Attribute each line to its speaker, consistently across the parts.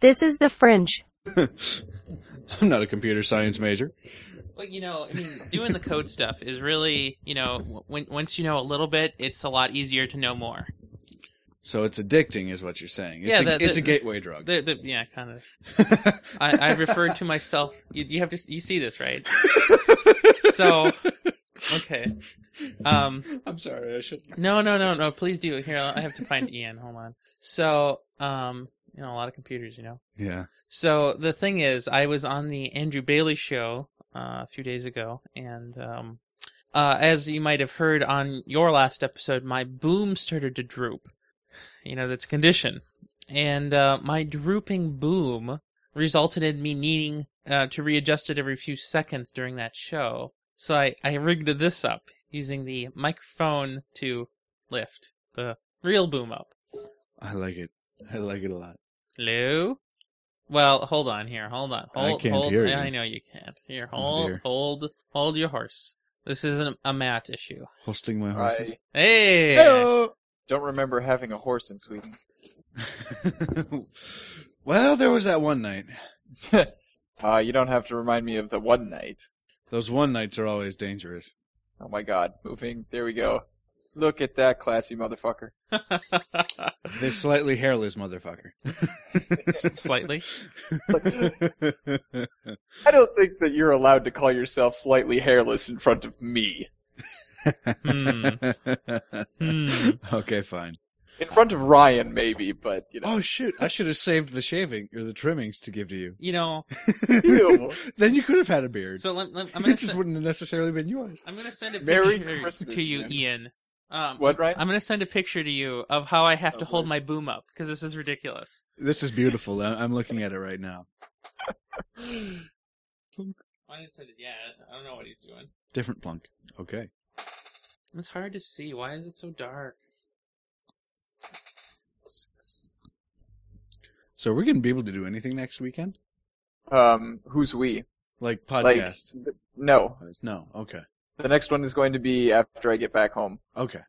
Speaker 1: This is the fringe.
Speaker 2: I'm not a computer science major.
Speaker 3: Well, you know, I mean, doing the code stuff is really, you know, w- when, once you know a little bit, it's a lot easier to know more.
Speaker 2: So it's addicting, is what you're saying. It's,
Speaker 3: Yeah,
Speaker 2: a,
Speaker 3: the-
Speaker 2: it's
Speaker 3: the-
Speaker 2: a gateway drug.
Speaker 3: The, the, yeah, kind of. I, I referred to myself. You, you have to. You see this, right? so, okay. Um,
Speaker 2: I'm sorry, I should.
Speaker 3: no, no, no, no. Please do. Here, I have to find Ian. Hold on. So, um, you know, a lot of computers, you know.
Speaker 2: Yeah.
Speaker 3: So the thing is, I was on the Andrew Bailey show uh, a few days ago, and um, uh, as you might have heard on your last episode, my boom started to droop. You know, that's a condition, and uh, my drooping boom resulted in me needing uh, to readjust it every few seconds during that show. So I, I rigged this up using the microphone to lift the real boom up.
Speaker 2: I like it. I like it a lot.
Speaker 3: Hello? Well, hold on here. Hold on.
Speaker 2: I
Speaker 3: Hold,
Speaker 2: can't
Speaker 3: hold.
Speaker 2: hear
Speaker 3: yeah,
Speaker 2: you.
Speaker 3: I know you can't. Here,
Speaker 2: Oh,
Speaker 3: hold,
Speaker 2: dear.
Speaker 3: hold, hold your horse. This isn't a Matt issue.
Speaker 2: Hosting my horses.
Speaker 4: I
Speaker 3: Hey,
Speaker 2: Hello.
Speaker 4: don't remember having a horse in Sweden.
Speaker 2: well, there was that one night.
Speaker 4: Uh, you don't have to remind me of the one night.
Speaker 2: Those one nights are always dangerous.
Speaker 4: Oh my god, moving. There we go. Look at that classy motherfucker.
Speaker 2: This slightly hairless motherfucker.
Speaker 3: slightly.
Speaker 4: I don't think that you're allowed to call yourself slightly hairless in front of me.
Speaker 3: Hmm. Hmm.
Speaker 2: Okay, fine.
Speaker 4: In front of Ryan, maybe, but you know.
Speaker 2: Oh shoot! I should have saved the shaving or the trimmings to give to you.
Speaker 3: You know.
Speaker 4: Ew.
Speaker 2: then you could have had a beard.
Speaker 3: So let, let- I'm gonna.
Speaker 2: it just
Speaker 3: send,
Speaker 2: wouldn't have necessarily been yours.
Speaker 3: I'm gonna send a
Speaker 4: Merry
Speaker 3: picture
Speaker 4: Christmas,
Speaker 3: to you,
Speaker 4: man.
Speaker 3: Ian. Um,
Speaker 4: What, Ryan?
Speaker 3: I'm gonna send a picture to you of how I have to
Speaker 4: Oh,
Speaker 3: hold
Speaker 4: boy.
Speaker 3: my boom up because this is ridiculous.
Speaker 2: This is beautiful. I- I'm looking at it right now.
Speaker 3: I didn't send it yet. I don't know what he's doing.
Speaker 2: Different plunk. Okay.
Speaker 3: It's hard to see. Why is it so dark?
Speaker 2: So we're gonna be able to do anything next weekend,
Speaker 4: Um, who's we?
Speaker 2: like
Speaker 4: Like,
Speaker 2: podcast.
Speaker 4: th- no.
Speaker 2: No. Okay.
Speaker 4: The next one is going to be after I get back home.
Speaker 2: Okay.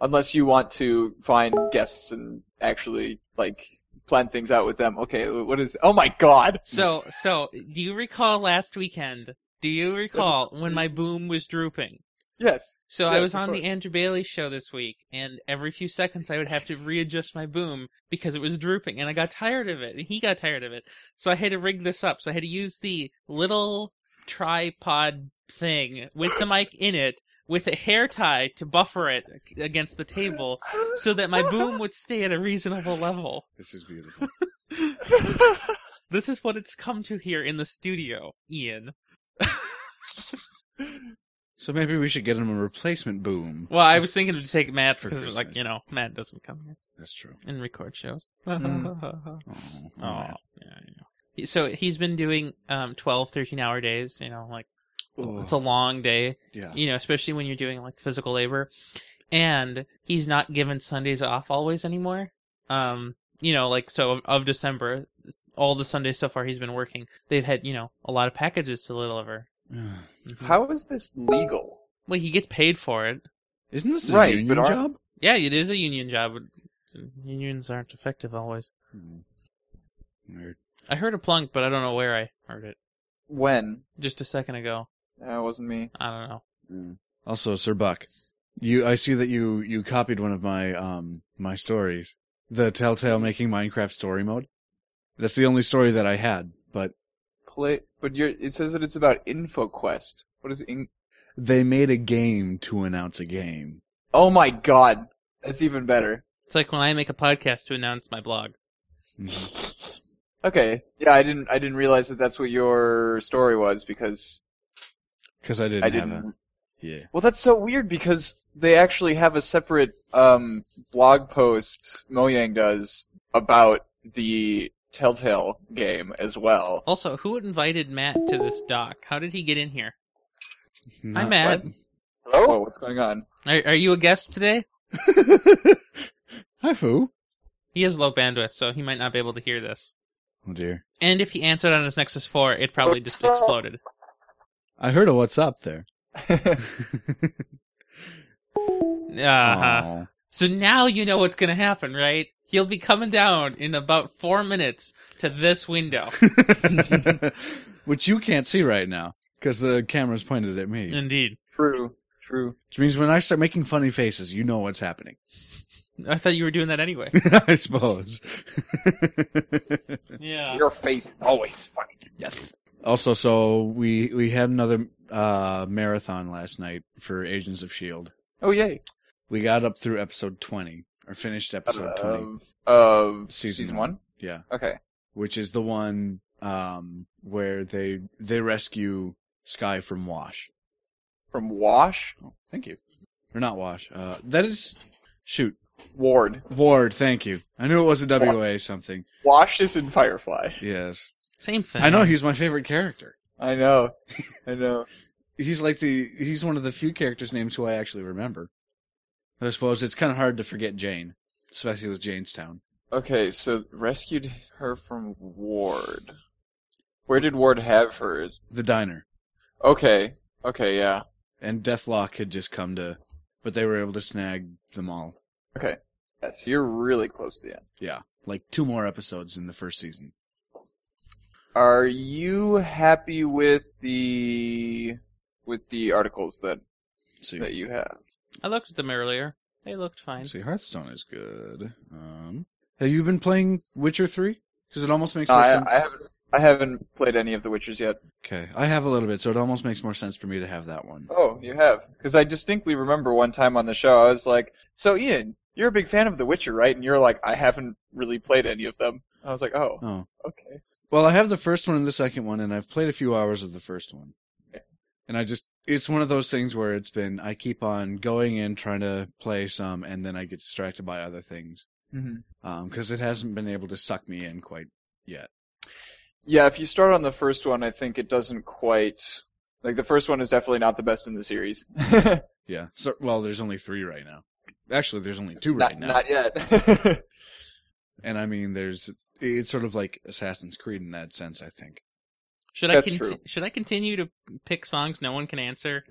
Speaker 4: Unless you want to find guests and actually, like, plan things out with them. Okay, what is, oh my god!
Speaker 3: So, so do you recall last weekend? Do you recall when my boom was drooping?
Speaker 4: Yes.
Speaker 3: So I
Speaker 4: Yes,
Speaker 3: was
Speaker 4: of
Speaker 3: on the
Speaker 4: course.
Speaker 3: Andrew Bailey show this week, and every few seconds I would have to readjust my boom because it was drooping, and I got tired of it, and he got tired of it. So I had to rig this up. So I had to use the little tripod thing with the mic in it, with a hair tie to buffer it against the table, so that my boom would stay at a reasonable level.
Speaker 2: This is beautiful.
Speaker 3: This is what it's come to here in the studio, Ian.
Speaker 2: so maybe we should get him a replacement boom.
Speaker 3: Well, I was thinking to take Matt
Speaker 2: For
Speaker 3: because, like,
Speaker 2: Christmas.
Speaker 3: you know, Matt doesn't come here
Speaker 2: That's true.
Speaker 3: and record shows.
Speaker 2: Mm. Oh,
Speaker 3: Oh, yeah, yeah. So he's been doing um, 12, 13 hour days, you know, like
Speaker 2: oh,
Speaker 3: it's a long day,
Speaker 2: yeah.
Speaker 3: you know, especially when you're doing like physical labor. And he's not given Sundays off always anymore. Um, you know, like, so of, of December, all the Sundays so far he's been working, they've had, you know, a lot of packages to deliver. Mhm.
Speaker 4: How is this legal?
Speaker 3: Well, he gets paid for it.
Speaker 2: Isn't this a
Speaker 4: Right, but
Speaker 2: union
Speaker 4: our-
Speaker 2: job?
Speaker 3: Yeah, it is a union job. Unions aren't effective always.
Speaker 2: Hmm. Weird.
Speaker 3: I heard a plunk, but I don't know where I heard it.
Speaker 4: When?
Speaker 3: Just a second ago.
Speaker 4: That wasn't me.
Speaker 3: I don't know.
Speaker 2: Mm. Also, Sir Buck, you I see that you you copied one of my um my stories, the Telltale making Minecraft story mode. That's the only story that I had, but
Speaker 4: Play, but you're, it says that it's about InfoQuest. What is in?
Speaker 2: they made a game to announce a game.
Speaker 4: Oh my god, that's even better.
Speaker 3: It's like when I make a podcast to announce my blog.
Speaker 2: Mhm.
Speaker 4: Okay, yeah, I didn't, I didn't realize that that's what your story was because
Speaker 2: Cuz I didn't,
Speaker 4: I didn't.
Speaker 2: have a yeah.
Speaker 4: Well, that's so weird because they actually have a separate um, blog post Mojang does about the Telltale game as well.
Speaker 3: Also, who invited Matt to this doc? How did he get in here? Hi,
Speaker 2: Not-
Speaker 3: Matt.
Speaker 4: Hello, what's going on?
Speaker 3: Are, are you a guest today?
Speaker 2: Hi, Foo.
Speaker 3: He has low bandwidth, so he might not be able to hear this.
Speaker 2: Oh dear.
Speaker 3: And if he answered on his Nexus 4, it probably just exploded.
Speaker 2: I heard a what's up there.
Speaker 3: Uh huh.
Speaker 2: Aw.
Speaker 3: So now you know what's gonna happen, right? He'll be coming down in about four minutes to this window.
Speaker 2: Which you can't see right now because the camera's pointed at me.
Speaker 3: Indeed.
Speaker 4: True. True.
Speaker 2: Which means when I start making funny faces, you know what's happening.
Speaker 3: I thought you were doing that anyway.
Speaker 2: I suppose.
Speaker 3: Yeah.
Speaker 4: Uh, Your face is always funny.
Speaker 2: yes. Also, so we we had another uh, marathon last night for Agents of Shield.
Speaker 4: Oh yay!
Speaker 2: E We got up through episode twenty or finished episode twenty,
Speaker 4: Of, Um, of
Speaker 2: Season
Speaker 4: season
Speaker 2: one.
Speaker 4: one.
Speaker 2: yeah,
Speaker 4: Okay.
Speaker 2: which is the one um, where they they rescue Sky from Wash.
Speaker 4: From Wash
Speaker 2: Thank you. Or not Wash. Uh, that is shoot
Speaker 4: Ward.
Speaker 2: Ward. Thank you. I knew it was a WA something.
Speaker 4: Wash is in Firefly.
Speaker 2: Yes,
Speaker 3: Same thing.
Speaker 2: I know he's my favorite character.
Speaker 4: I know. I know.
Speaker 2: he's like the he's one of the few characters names who I actually remember. I suppose it's kind of hard to forget Jane, especially with Janestown.
Speaker 4: Okay, so rescued her from Ward. Where did Ward have her?
Speaker 2: The diner
Speaker 4: Okay. Okay. Yeah.
Speaker 2: and Deathlock had just come to, but they were able to snag them all.
Speaker 4: yeah so you're really close to the end.
Speaker 2: Like two more episodes in the first season.
Speaker 4: Are you happy with the with the articles that
Speaker 2: See,
Speaker 4: that you have?
Speaker 3: I looked at them earlier. They looked fine.
Speaker 2: see, Hearthstone is good. Um, have you been playing Witcher three? Because it almost makes
Speaker 4: No,
Speaker 2: more
Speaker 4: Uh, I,
Speaker 2: sense.
Speaker 4: I haven't. I haven't played any of the Witchers yet.
Speaker 2: Okay, I have a little bit, so it almost makes more sense for me to have that one.
Speaker 4: Oh, you have. Because I distinctly remember one time on the show, I was like, "So Ian, you're a big fan of The Witcher, right?" And you're like, "I haven't really played any of them." I was like, "Oh,
Speaker 2: Oh,
Speaker 4: okay."
Speaker 2: Well, I have the first one and the second one, and I've played a few hours of the first one.
Speaker 4: Okay.
Speaker 2: And I just, it's one of those things where it's been, I keep on going in, trying to play some, and then I get distracted by other things.
Speaker 4: Mm-hmm.
Speaker 2: Because it hasn't been able to suck me in quite.
Speaker 4: Yeah, if you start on the first one, I think it doesn't quite. Like the first one is definitely not the best in the series. not,
Speaker 2: Yeah. So, well, there's only three right now. Actually, there's only two right now.
Speaker 4: not yet.
Speaker 2: And I mean, there's, it's sort of like Assassin's Creed in that sense, I think.
Speaker 3: Should
Speaker 4: That's
Speaker 3: I conti-
Speaker 4: true.
Speaker 3: should I continue to pick songs no one can answer?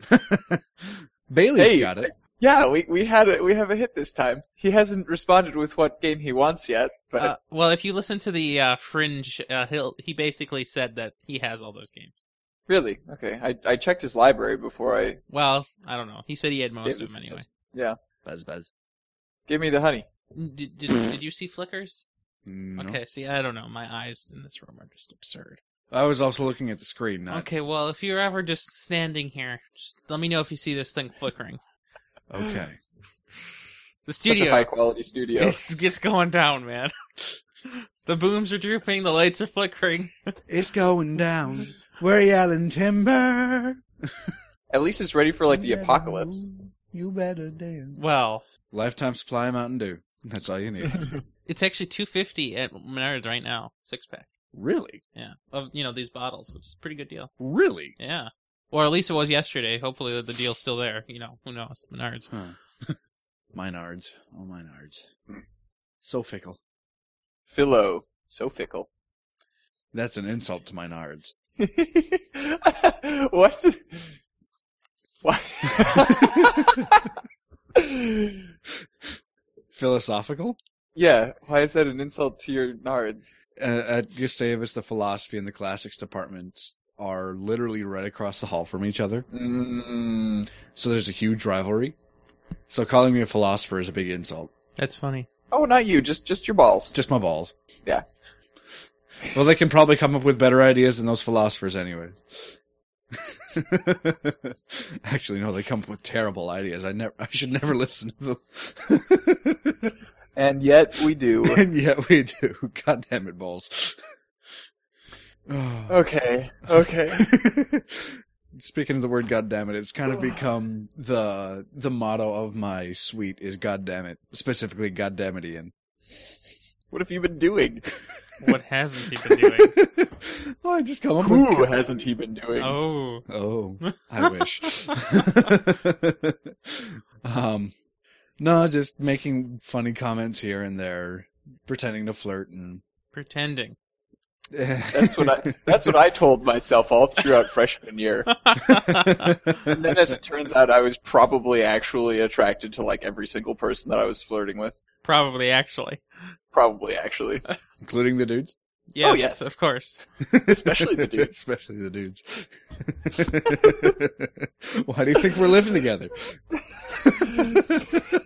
Speaker 2: Bailey's
Speaker 4: Hey,
Speaker 2: got it.
Speaker 4: yeah, we we had a, we have a hit this time. He hasn't responded with what game he wants yet, but
Speaker 3: Uh, well, if you listen to the uh, Fringe, uh, he'll, he basically said that he has all those games.
Speaker 4: really, okay. I I checked his library before I
Speaker 3: Well, I don't know. He said he had most
Speaker 4: Yeah,
Speaker 3: of
Speaker 4: this
Speaker 3: them
Speaker 4: is-
Speaker 3: anyway.
Speaker 2: Buzz, buzz.
Speaker 4: give me the honey.
Speaker 3: Did, did, did you see flickers?
Speaker 2: Mm, No.
Speaker 3: Okay, see, I don't know. My eyes in this room are just absurd.
Speaker 2: I was also looking at the screen, not.
Speaker 3: Okay, well, if you're ever just standing here, just let me know if you see this thing flickering.
Speaker 2: okay.
Speaker 3: The
Speaker 4: Such a
Speaker 3: studio,
Speaker 4: high quality studio.
Speaker 3: it's, it's going down, man. the booms are drooping, the lights are flickering.
Speaker 2: It's going down. We're yelling timber.
Speaker 4: At least it's ready for like the
Speaker 2: You better
Speaker 4: apocalypse.
Speaker 2: move. You better dance.
Speaker 3: Well,
Speaker 2: Lifetime supply of Mountain Dew. That's all you need.
Speaker 3: it's actually 250 at Menards right now, six pack.
Speaker 2: really?
Speaker 3: Yeah, of you know these bottles, which is a pretty good deal.
Speaker 2: Really?
Speaker 3: Yeah, or at least it was yesterday. Hopefully the deal's still there. You know, who knows? Menards.
Speaker 2: Huh. Minards. Oh, Minards. So fickle.
Speaker 4: Philo, so fickle.
Speaker 2: That's an insult to Minards.
Speaker 4: what? What?
Speaker 2: Philosophical?
Speaker 4: yeah, why is that an insult to your nards?
Speaker 2: Uh, at Gustavus, the philosophy and the classics departments are literally right across the hall from each other.
Speaker 4: Mm,
Speaker 2: So there's a huge rivalry. So calling me a philosopher is a big insult.
Speaker 3: That's funny.
Speaker 4: oh, not you, just just your balls.
Speaker 2: Just my balls.
Speaker 4: Yeah.
Speaker 2: Well, they can probably come up with better ideas than those philosophers anyway. Actually, no, they come up with terrible ideas. I never, I should never listen to them.
Speaker 4: And yet we do.
Speaker 2: and yet we do. God damn it, balls.
Speaker 3: Oh,
Speaker 4: okay, okay.
Speaker 2: Speaking of the word "God damn it," it's kind of become the the motto of my suite is "God damn it," specifically "God damn it, Ian."
Speaker 4: What have you been doing?
Speaker 3: What hasn't he been doing?
Speaker 2: oh, I just come up with
Speaker 4: Who hasn't he been doing?
Speaker 3: Oh,
Speaker 2: Oh, I wish. um, no, just making funny comments here and there, pretending to flirt and
Speaker 3: pretending.
Speaker 4: That's what I that's what I told myself all throughout freshman year. And then as it turns out I was probably actually attracted to like every single person that I was flirting with.
Speaker 3: Probably, actually.
Speaker 4: Probably actually.
Speaker 2: Including the dudes.
Speaker 3: Yes,
Speaker 4: yes.
Speaker 3: of course.
Speaker 4: Especially the dudes.
Speaker 2: Especially the dudes. Why do you think we're living together?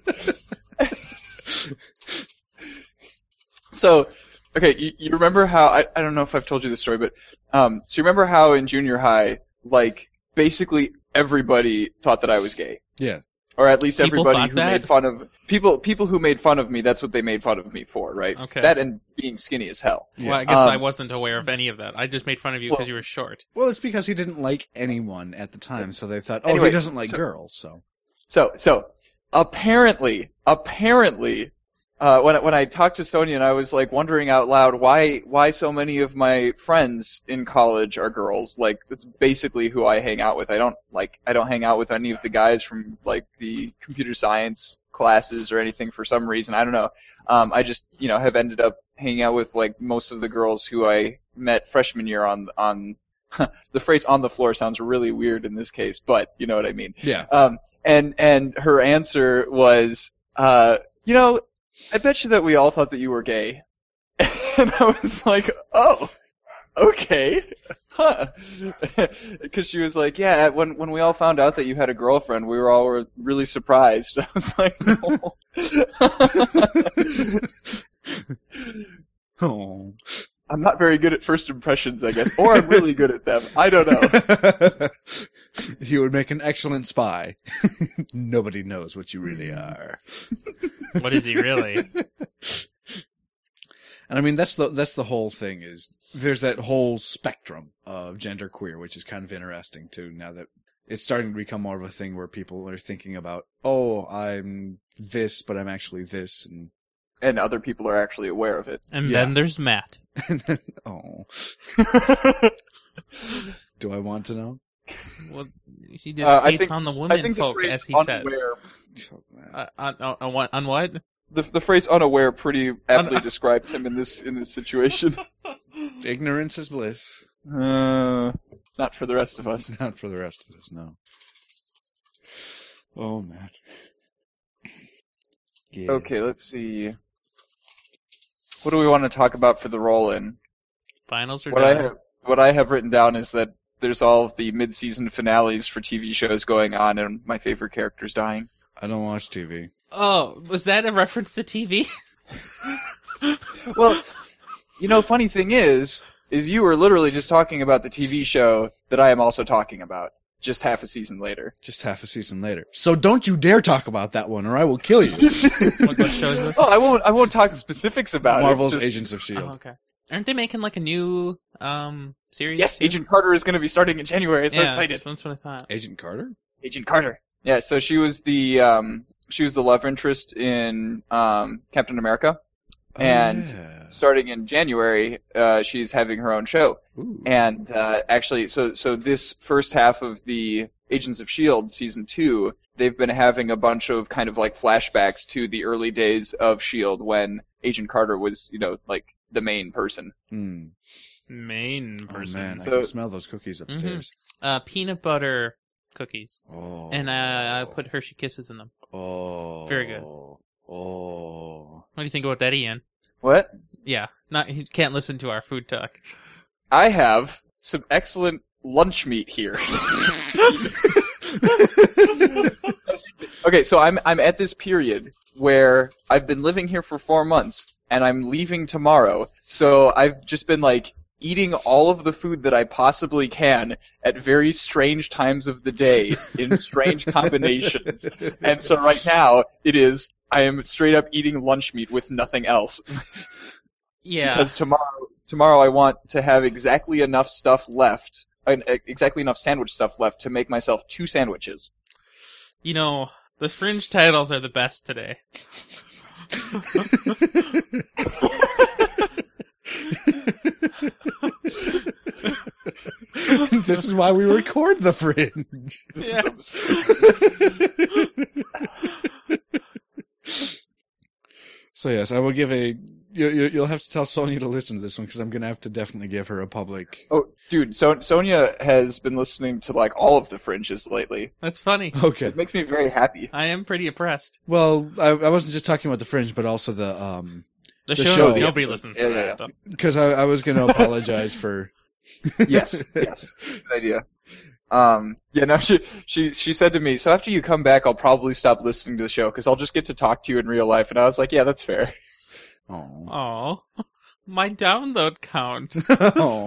Speaker 4: So, okay, you, you remember how I, I don't know if I've told you this story, but um, so you remember how in junior high, like basically everybody thought that I was gay,
Speaker 2: yeah.
Speaker 4: or at least
Speaker 3: People
Speaker 4: everybody
Speaker 3: thought
Speaker 4: who
Speaker 3: that?
Speaker 4: made fun of people. People who made fun of me, that's what they made fun of me for, right?
Speaker 3: Okay.
Speaker 4: That and being skinny as hell.
Speaker 2: Yeah.
Speaker 3: Well, I guess
Speaker 4: Um,
Speaker 3: I wasn't aware of any of that. I just made fun of you because
Speaker 4: Well-
Speaker 3: you were short.
Speaker 2: Well, it's because he didn't like anyone at the time, so they thought, oh,
Speaker 4: Anyway,
Speaker 2: he doesn't like
Speaker 4: so-
Speaker 2: girls, so.
Speaker 4: So, so apparently, apparently, uh, when I- when I talked to Sonia and I was like wondering out loud why why so many of my friends in college are girls. Like that's basically who I hang out with. I don't like I don't hang out with any of the guys from like the computer science classes or anything for some reason. I don't know. Um, I just you know have ended up hanging out with like most of the girls who I met freshman year on on. the phrase "on the floor" sounds really weird in this case, but you know what I mean.
Speaker 2: Yeah.
Speaker 4: Um, and and her answer was, uh, you know, I bet you that we all thought that you were gay. and I was like, oh, okay, huh? Because she was like, yeah, when when we all found out that you had a girlfriend, we were all were really surprised. I was like, "Oh." no.
Speaker 2: Oh.
Speaker 4: I'm not very good at first impressions, I guess, or I'm really good at them. I don't know.
Speaker 2: you would make an excellent spy. Nobody knows what you really are.
Speaker 3: What is he really?
Speaker 2: And I mean that's the that's the whole thing is there's that whole spectrum of gender queer, which is kind of interesting too. Now that it's starting to become more of a thing where people are thinking about, oh, I'm this, but I'm actually this, and,
Speaker 4: And other people are actually aware of it.
Speaker 3: and
Speaker 2: Yeah.
Speaker 3: then there's Matt.
Speaker 2: and then, oh, do I want to know?
Speaker 3: Well, he just
Speaker 4: Uh, I
Speaker 3: hates
Speaker 4: think-
Speaker 3: on the
Speaker 4: I
Speaker 3: woman
Speaker 4: think the
Speaker 3: folk,
Speaker 4: phrase
Speaker 3: as he says.
Speaker 4: unaware
Speaker 3: Uh, on, on, on what? On what?
Speaker 4: The, the phrase unaware pretty aptly
Speaker 3: Un-
Speaker 4: describes him in this in this situation.
Speaker 2: Ignorance is bliss.
Speaker 4: Uh, not for the rest of us.
Speaker 2: Not for the rest of us, no. Oh, Matt. Yeah.
Speaker 4: Okay, let's see. What do we want to talk about for the roll in?
Speaker 3: Finals are
Speaker 4: What I
Speaker 3: done.
Speaker 4: have, what I have written down is that there's all of the mid season finales for TV shows going on, and my favorite character's dying.
Speaker 2: I don't watch TV.
Speaker 3: Oh, was that a reference to TV?
Speaker 4: Well, you know, funny thing is, is you were literally just talking about the TV show that I am also talking about, just half a season later.
Speaker 2: Just half a season later. So don't you dare talk about that one or I will kill you.
Speaker 3: what, what show is this?
Speaker 4: Oh, I won't. I won't talk specifics about
Speaker 2: Marvel's
Speaker 4: it. just-
Speaker 2: Agents of S.H.I.E.L.D.
Speaker 3: Oh, okay. Aren't they making like a new um series?
Speaker 4: Yes,
Speaker 3: too?
Speaker 4: Agent Carter is going to be starting in January. So
Speaker 3: yeah,
Speaker 4: excited.
Speaker 3: That's what I thought.
Speaker 2: Agent Carter?
Speaker 4: Agent Carter. Yeah, so she was the um, she was the love interest in um, Captain America. And-
Speaker 2: Oh, yeah.
Speaker 4: Starting in January, uh, she's having her own show.
Speaker 2: Ooh.
Speaker 4: And uh, actually, so so this first half of the Agents of Shield E season two, they've been having a bunch of kind of like flashbacks to the early days of Shield E when Agent Carter was, you know, like the main person.
Speaker 2: Mm.
Speaker 3: Main
Speaker 2: Oh,
Speaker 3: person.
Speaker 2: man, I
Speaker 4: So-
Speaker 2: can smell those cookies upstairs.
Speaker 3: Uh, peanut butter cookies,
Speaker 2: Oh.
Speaker 3: and uh, I put Hershey Kisses in them.
Speaker 2: Oh.
Speaker 3: Very good.
Speaker 2: Oh.
Speaker 3: What do you think about that, Ian?
Speaker 4: What?
Speaker 3: Yeah, not he can't listen to our food talk.
Speaker 4: I have some excellent lunch meat here. okay, so I'm I'm at this period where I've been living here for four months and I'm leaving tomorrow. So I've just been like eating all of the food that I possibly can at very strange times of the day in strange combinations.
Speaker 2: Oh.
Speaker 4: And so right now it is I am straight up eating lunch meat with nothing else
Speaker 3: Yeah,
Speaker 4: because tomorrow tomorrow I want to have exactly enough stuff left, uh, exactly enough sandwich stuff left to make myself two sandwiches.
Speaker 3: you know the fringe titles are the best today.
Speaker 2: this is why we record the fringe.
Speaker 4: This
Speaker 3: Yeah.
Speaker 4: is absurd.
Speaker 2: so yes, I will give a you, you, you'll have to tell Sonia to listen to this one because I'm going to have to definitely give her a public.
Speaker 4: Oh, dude, so- Sonia has been listening to like all of the fringes lately.
Speaker 3: That's funny.
Speaker 2: Okay.
Speaker 4: It makes me very happy.
Speaker 3: I am pretty impressed.
Speaker 2: Well, I, I wasn't just talking about the fringe, but also the um
Speaker 3: The,
Speaker 2: The
Speaker 3: show,
Speaker 2: show, yeah.
Speaker 3: nobody listens to
Speaker 4: Yeah, yeah,
Speaker 3: that.
Speaker 2: because I, I was going to apologize for.
Speaker 4: yes, yes, good idea. Um, yeah, no, she she she said to me, so after you come back, I'll probably stop listening to the show because I'll just get to talk to you in real life. And I was like, yeah, that's fair.
Speaker 2: Oh.
Speaker 3: Oh, my download count.
Speaker 2: Oh.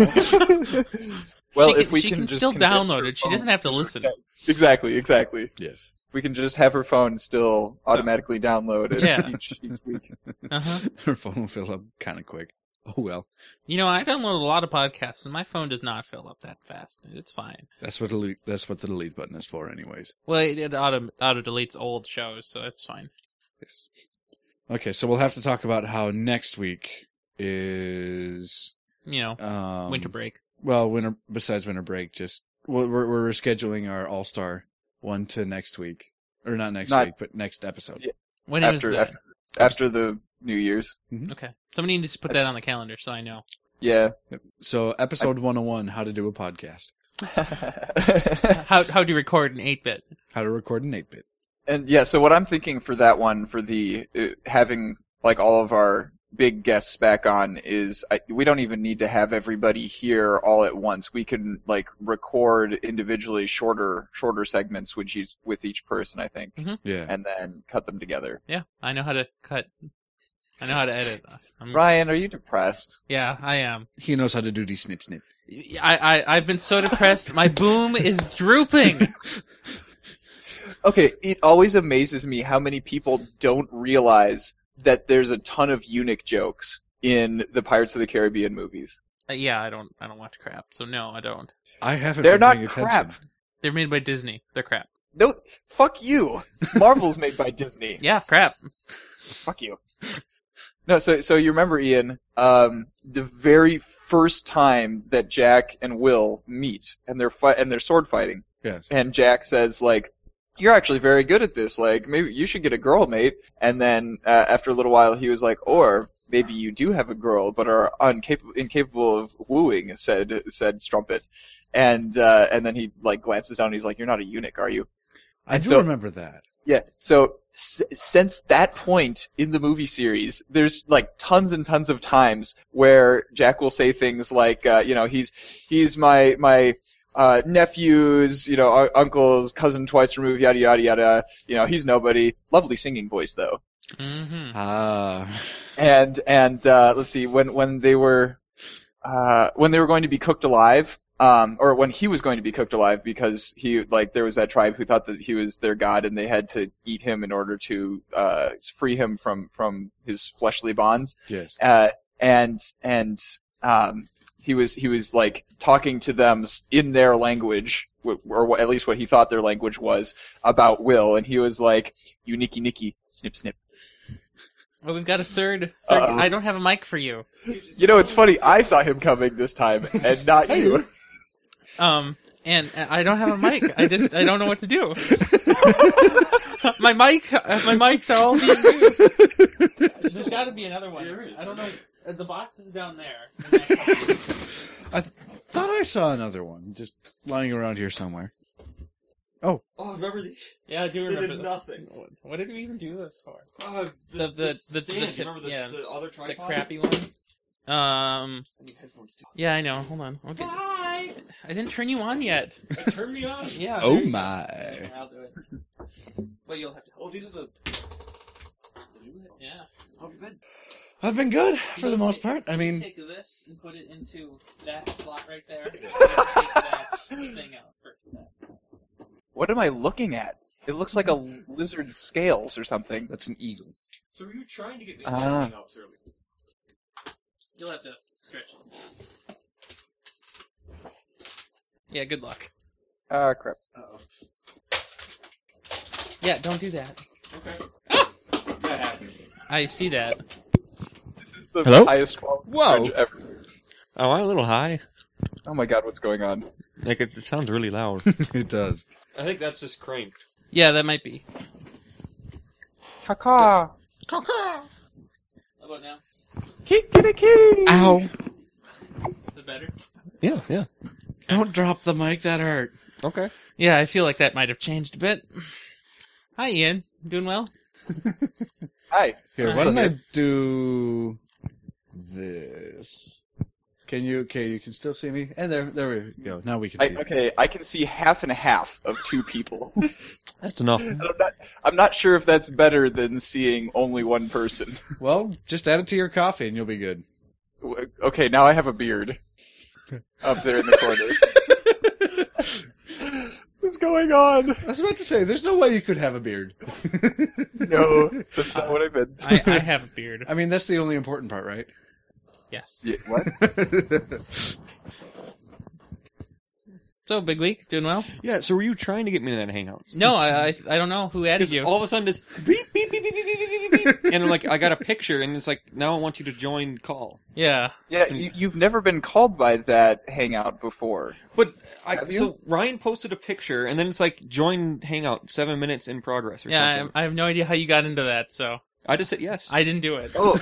Speaker 4: well,
Speaker 3: she can,
Speaker 4: if we
Speaker 3: she
Speaker 4: can,
Speaker 3: can
Speaker 4: just
Speaker 3: still
Speaker 4: convince
Speaker 3: download
Speaker 4: her
Speaker 3: it. She
Speaker 4: phone-
Speaker 3: doesn't have to listen.
Speaker 4: Exactly, exactly.
Speaker 2: yes.
Speaker 4: We can just have her phone still automatically download it
Speaker 3: Yeah.
Speaker 4: each, each week.
Speaker 3: Uh-huh.
Speaker 2: Her phone will fill up kind of quick. Oh well,
Speaker 3: You know, I download a lot of podcasts, and my phone does not fill up that fast. It's fine.
Speaker 2: that's what delete, that's what the delete button is for, anyways.
Speaker 3: Well, it, it auto auto deletes old shows, so it's fine.
Speaker 2: Yes. Okay, so we'll have to talk about how next week is
Speaker 3: You know,
Speaker 2: um,
Speaker 3: winter break.
Speaker 2: Well, winter besides winter break, just we're we're we're scheduling our All Star one to next week, or not next
Speaker 4: Not-
Speaker 2: week, but next episode.
Speaker 4: Yeah.
Speaker 3: When is
Speaker 4: After
Speaker 3: that?
Speaker 4: after after the New Year's,
Speaker 3: Okay, somebody needs to put that on the calendar so I know.
Speaker 4: yeah.
Speaker 2: So episode one hundred and one: How to do a podcast,
Speaker 3: How how do you record an eight bit?
Speaker 2: how to record an eight bit.
Speaker 4: And yeah, so what I'm thinking for that one, for the uh, having like all of our big guests back on, is I, we don't even need to have everybody here all at once. We can like record individually shorter, shorter segments with each with each person, I think,
Speaker 2: Yeah.
Speaker 4: and then cut them together.
Speaker 3: Yeah, I know how to cut. I know how to edit. I'm,
Speaker 4: Ryan, are you depressed?
Speaker 3: Yeah, I am.
Speaker 2: He knows how to do the snit snit.
Speaker 3: I, I I've been so depressed. My boom is drooping.
Speaker 4: Okay, it always amazes me how many people don't realize that there's a ton of eunuch jokes in the Pirates of the Caribbean movies.
Speaker 3: Uh, yeah, I don't I don't watch crap, so no, I don't.
Speaker 2: I haven't.
Speaker 4: They're
Speaker 2: been
Speaker 4: not
Speaker 2: paying
Speaker 4: crap.
Speaker 2: Attention.
Speaker 3: They're made by Disney. They're crap.
Speaker 4: No, fuck you. Marvel's made by Disney.
Speaker 3: Yeah, crap.
Speaker 4: Fuck you. No, so so you remember Ian, um, the very first time that Jack and Will meet, and they're fi- and they're sword fighting,
Speaker 2: Yes.
Speaker 4: and Jack says like, "You're actually very good at this. Like, maybe you should get a girl, mate." And then uh, after a little while, he was like, "Or maybe you do have a girl, but are uncap- incapable of wooing," said said Strumpet, and uh, and then he like glances down, and he's like, "You're not a eunuch, are you?"
Speaker 2: I do
Speaker 4: so-
Speaker 2: remember that.
Speaker 4: Yeah. So s- since that point in the movie series, there's like tons and tons of times where Jack will say things like, uh, you know, he's he's my my uh, nephew's, you know, u- uncle's cousin twice removed, yada yada yada. You know, he's nobody. Lovely singing voice though.
Speaker 3: hmm
Speaker 2: Ah.
Speaker 4: And and uh, let's see when when they were uh, when they were going to be cooked alive. Um, or when he was going to be cooked alive, because he like there was that tribe who thought that he was their god, and they had to eat him in order to uh, free him from from his fleshly bonds.
Speaker 2: Yes.
Speaker 4: Uh, and and um, he was he was like talking to them s- in their language, wh- or wh- at least what he thought their language was about Will, and he was like, "You nicky nicky, snip snip."
Speaker 3: Well, we've got a third. third
Speaker 4: Uh-oh.
Speaker 3: I don't have a mic for you.
Speaker 4: You know, it's funny. I saw him coming this time, and not you.
Speaker 3: Um, and and I don't have a mic. I just I don't know what to do. my mic, uh, my mics are all being used. There's got to be another one. I don't know. Uh, The box is down there.
Speaker 2: I th- thought I saw another one just lying around here somewhere.
Speaker 1: Oh, remember the,
Speaker 3: Yeah, I do
Speaker 1: they
Speaker 3: remember.
Speaker 1: did
Speaker 3: that.
Speaker 1: nothing.
Speaker 3: What did we even do this for?
Speaker 1: Uh,
Speaker 3: The-
Speaker 1: the,
Speaker 3: the- the- the
Speaker 1: stand.
Speaker 3: tip-
Speaker 1: remember the,
Speaker 3: yeah.
Speaker 1: the other
Speaker 3: The
Speaker 1: tripod?
Speaker 3: crappy one. Um.
Speaker 1: I need headphones too.
Speaker 3: Yeah, I know. Hold on. I'll get-
Speaker 1: Hi!
Speaker 3: I didn't turn you on yet.
Speaker 1: Uh, Turn me on.
Speaker 3: Yeah.
Speaker 2: Oh
Speaker 3: there you go.
Speaker 2: my.
Speaker 3: I'll do it. Well, you'll have to.
Speaker 1: Oh, these are the.
Speaker 3: Yeah.
Speaker 1: How have you been?
Speaker 2: I've been good for the most part. I mean,
Speaker 3: take this and put it into that slot right there. and take that thing out.
Speaker 4: What am I looking at? It looks like a lizard's scales or something.
Speaker 2: that's an E. eagle.
Speaker 1: So were you trying to get me to
Speaker 4: Ah.
Speaker 1: turn me up earlier?
Speaker 3: You'll have to stretch it. Yeah, good luck.
Speaker 4: Ah, crap.
Speaker 1: Uh-oh.
Speaker 3: Yeah, don't do that.
Speaker 1: Okay. That happened.
Speaker 3: I see that.
Speaker 4: This is the
Speaker 5: Hello?
Speaker 4: highest quality
Speaker 2: Whoa.
Speaker 4: fringe ever.
Speaker 5: Oh, I'm a little high.
Speaker 4: Oh my god, what's going on?
Speaker 5: Like it, it sounds really loud.
Speaker 2: It does.
Speaker 1: I think that's just cranked.
Speaker 3: Yeah, that might be.
Speaker 4: Caca.
Speaker 3: How about now?
Speaker 4: Kickity-key.
Speaker 2: Ow!
Speaker 1: Is it better?
Speaker 5: Yeah, yeah.
Speaker 2: Don't drop the mic. That hurt.
Speaker 5: Okay.
Speaker 3: Yeah, I feel like that might have changed a bit. Hi, Ian. Doing well?
Speaker 4: Hi.
Speaker 2: Here,
Speaker 3: Alright.
Speaker 2: why don't I do this? Can you? Okay, you can still see me. And there, there we go. Now we can
Speaker 4: I,
Speaker 2: see.
Speaker 4: okay, I can see half and half of two people. And
Speaker 5: That's enough.
Speaker 4: I'm, not, I'm not sure if that's better than seeing only one person.
Speaker 2: Well, just add it to your coffee, and you'll be good.
Speaker 4: okay, now I have a beard up there in the corner. What's going on?
Speaker 2: I was about to say, there's no way you could have a beard.
Speaker 4: No, that's not what I meant.
Speaker 3: I, I have a beard.
Speaker 2: I mean, that's the only important part, right?
Speaker 3: Yes.
Speaker 4: Yeah, what?
Speaker 3: So, big week. Doing well?
Speaker 5: Yeah, so were you trying to get me to that Hangouts?
Speaker 3: No, I I, I don't know who added
Speaker 5: Because
Speaker 3: you.
Speaker 5: all of a sudden, this beep, beep, beep, beep, beep, beep, beep, beep, beep, and I'm like, I got a picture, and it's like, now I want you to join call.
Speaker 3: yeah.
Speaker 4: Yeah, you, you've never been called by that hangout before.
Speaker 5: But I,
Speaker 4: Have you?
Speaker 5: so Ryan posted a picture, and then it's like, join Hangout, seven minutes in progress or
Speaker 3: Yeah,
Speaker 5: something.
Speaker 3: I, I have no idea how you got into that, so
Speaker 5: i just said yes.
Speaker 3: I didn't do it.
Speaker 4: Oh,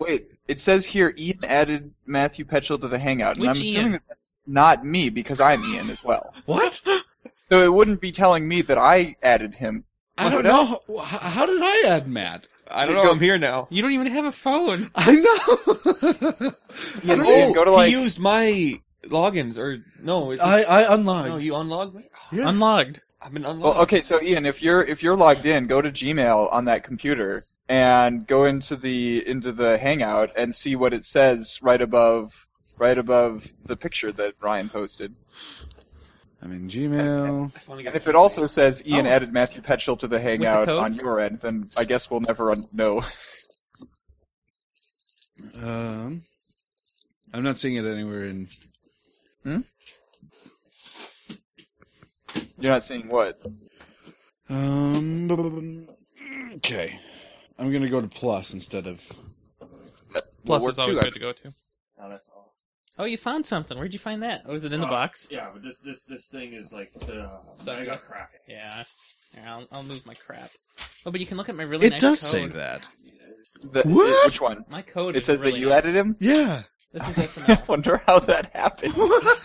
Speaker 4: wait. It says here Ian added Matthew Petchel to the hangout,
Speaker 3: Which
Speaker 4: and I'm
Speaker 3: Ian?
Speaker 4: assuming that that's not me because I'm Ian as well.
Speaker 2: what?
Speaker 4: So it wouldn't be telling me that I added him.
Speaker 2: I don't know. How, how did I add Matt?
Speaker 5: I don't know. I'm here now.
Speaker 3: You don't even have a phone.
Speaker 2: I know.
Speaker 4: Yeah,
Speaker 2: I, don't-
Speaker 4: Ian, go to like.
Speaker 5: he used my logins, or no? It's
Speaker 2: I, I unlocked.
Speaker 5: no, you unlogged me.
Speaker 2: Yeah.
Speaker 3: Unlogged.
Speaker 5: I've been unlocked.
Speaker 4: well, Oh, okay, so Ian, if you're if you're logged in, go to Gmail on that computer and go into the into the hangout and see what it says right above right above the picture that Ryan posted.
Speaker 2: I'm in Gmail.
Speaker 5: I finally got
Speaker 4: And
Speaker 5: a
Speaker 4: if it
Speaker 5: password.
Speaker 4: also says Ian
Speaker 3: Oh.
Speaker 4: added Matthew Petchel to the hangout
Speaker 3: code?
Speaker 4: on your end, then I guess we'll never un- know.
Speaker 2: Um, I'm not seeing it anywhere in.
Speaker 4: You're not seeing what.
Speaker 2: Um, okay. I'm gonna go to plus instead of.
Speaker 4: We'll
Speaker 3: Plus
Speaker 4: work
Speaker 3: is always
Speaker 4: too,
Speaker 3: good to go to.
Speaker 1: No, that's all.
Speaker 3: Oh, you found something. Where'd you find that? Oh, was it in the
Speaker 1: Uh,
Speaker 3: box?
Speaker 1: Yeah, but this this this thing is like uh,
Speaker 3: Sorry.
Speaker 1: mega cracking.
Speaker 3: Yeah. Here, I'll, I'll move my crap. Oh, but you can look at my really nice code.
Speaker 2: that.
Speaker 4: The-
Speaker 2: What?
Speaker 4: Which one?
Speaker 3: My code
Speaker 4: It
Speaker 3: is
Speaker 4: says
Speaker 3: really
Speaker 4: that you
Speaker 3: nice.
Speaker 4: added him.
Speaker 2: Yeah.
Speaker 3: This is
Speaker 4: I
Speaker 3: SML.
Speaker 4: wonder how that happened.
Speaker 2: What?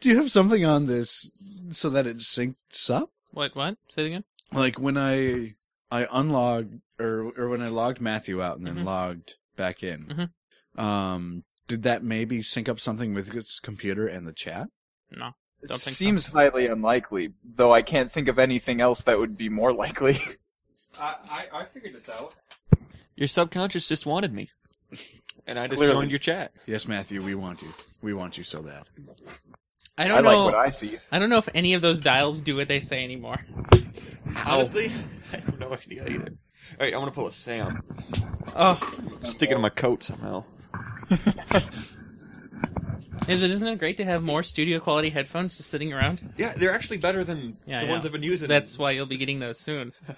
Speaker 2: Do you have something on this so that it syncs up?
Speaker 3: what, what? Say it again?
Speaker 2: like when I I unlogged or or when I logged Matthew out and then
Speaker 5: Mm-hmm.
Speaker 3: Mhm.
Speaker 2: logged back in, um, did that maybe sync up something with its computer and the chat?
Speaker 3: No.
Speaker 4: It
Speaker 3: Don't think so.
Speaker 4: seems highly unlikely, though I can't think of anything else that would be more likely.
Speaker 1: I, I I figured this out.
Speaker 5: your subconscious just wanted me, and I just
Speaker 4: Clearly.
Speaker 5: joined your chat.
Speaker 2: Yes, Matthew, we want you. We want you so bad.
Speaker 3: I
Speaker 4: I,
Speaker 3: don't
Speaker 4: like
Speaker 3: know.
Speaker 4: what I see.
Speaker 3: I don't know if any of those dials do what they say anymore.
Speaker 5: Honestly, I have no idea either. All right, I'm gonna pull a Sam.
Speaker 3: Oh,
Speaker 5: Stick it in my coat somehow.
Speaker 3: is it, isn't it great to have more studio quality headphones just sitting around?
Speaker 5: Yeah, they're actually better than
Speaker 3: Yeah,
Speaker 5: the
Speaker 3: yeah.
Speaker 5: ones I've been using.
Speaker 3: That's why you'll be getting those soon.
Speaker 5: all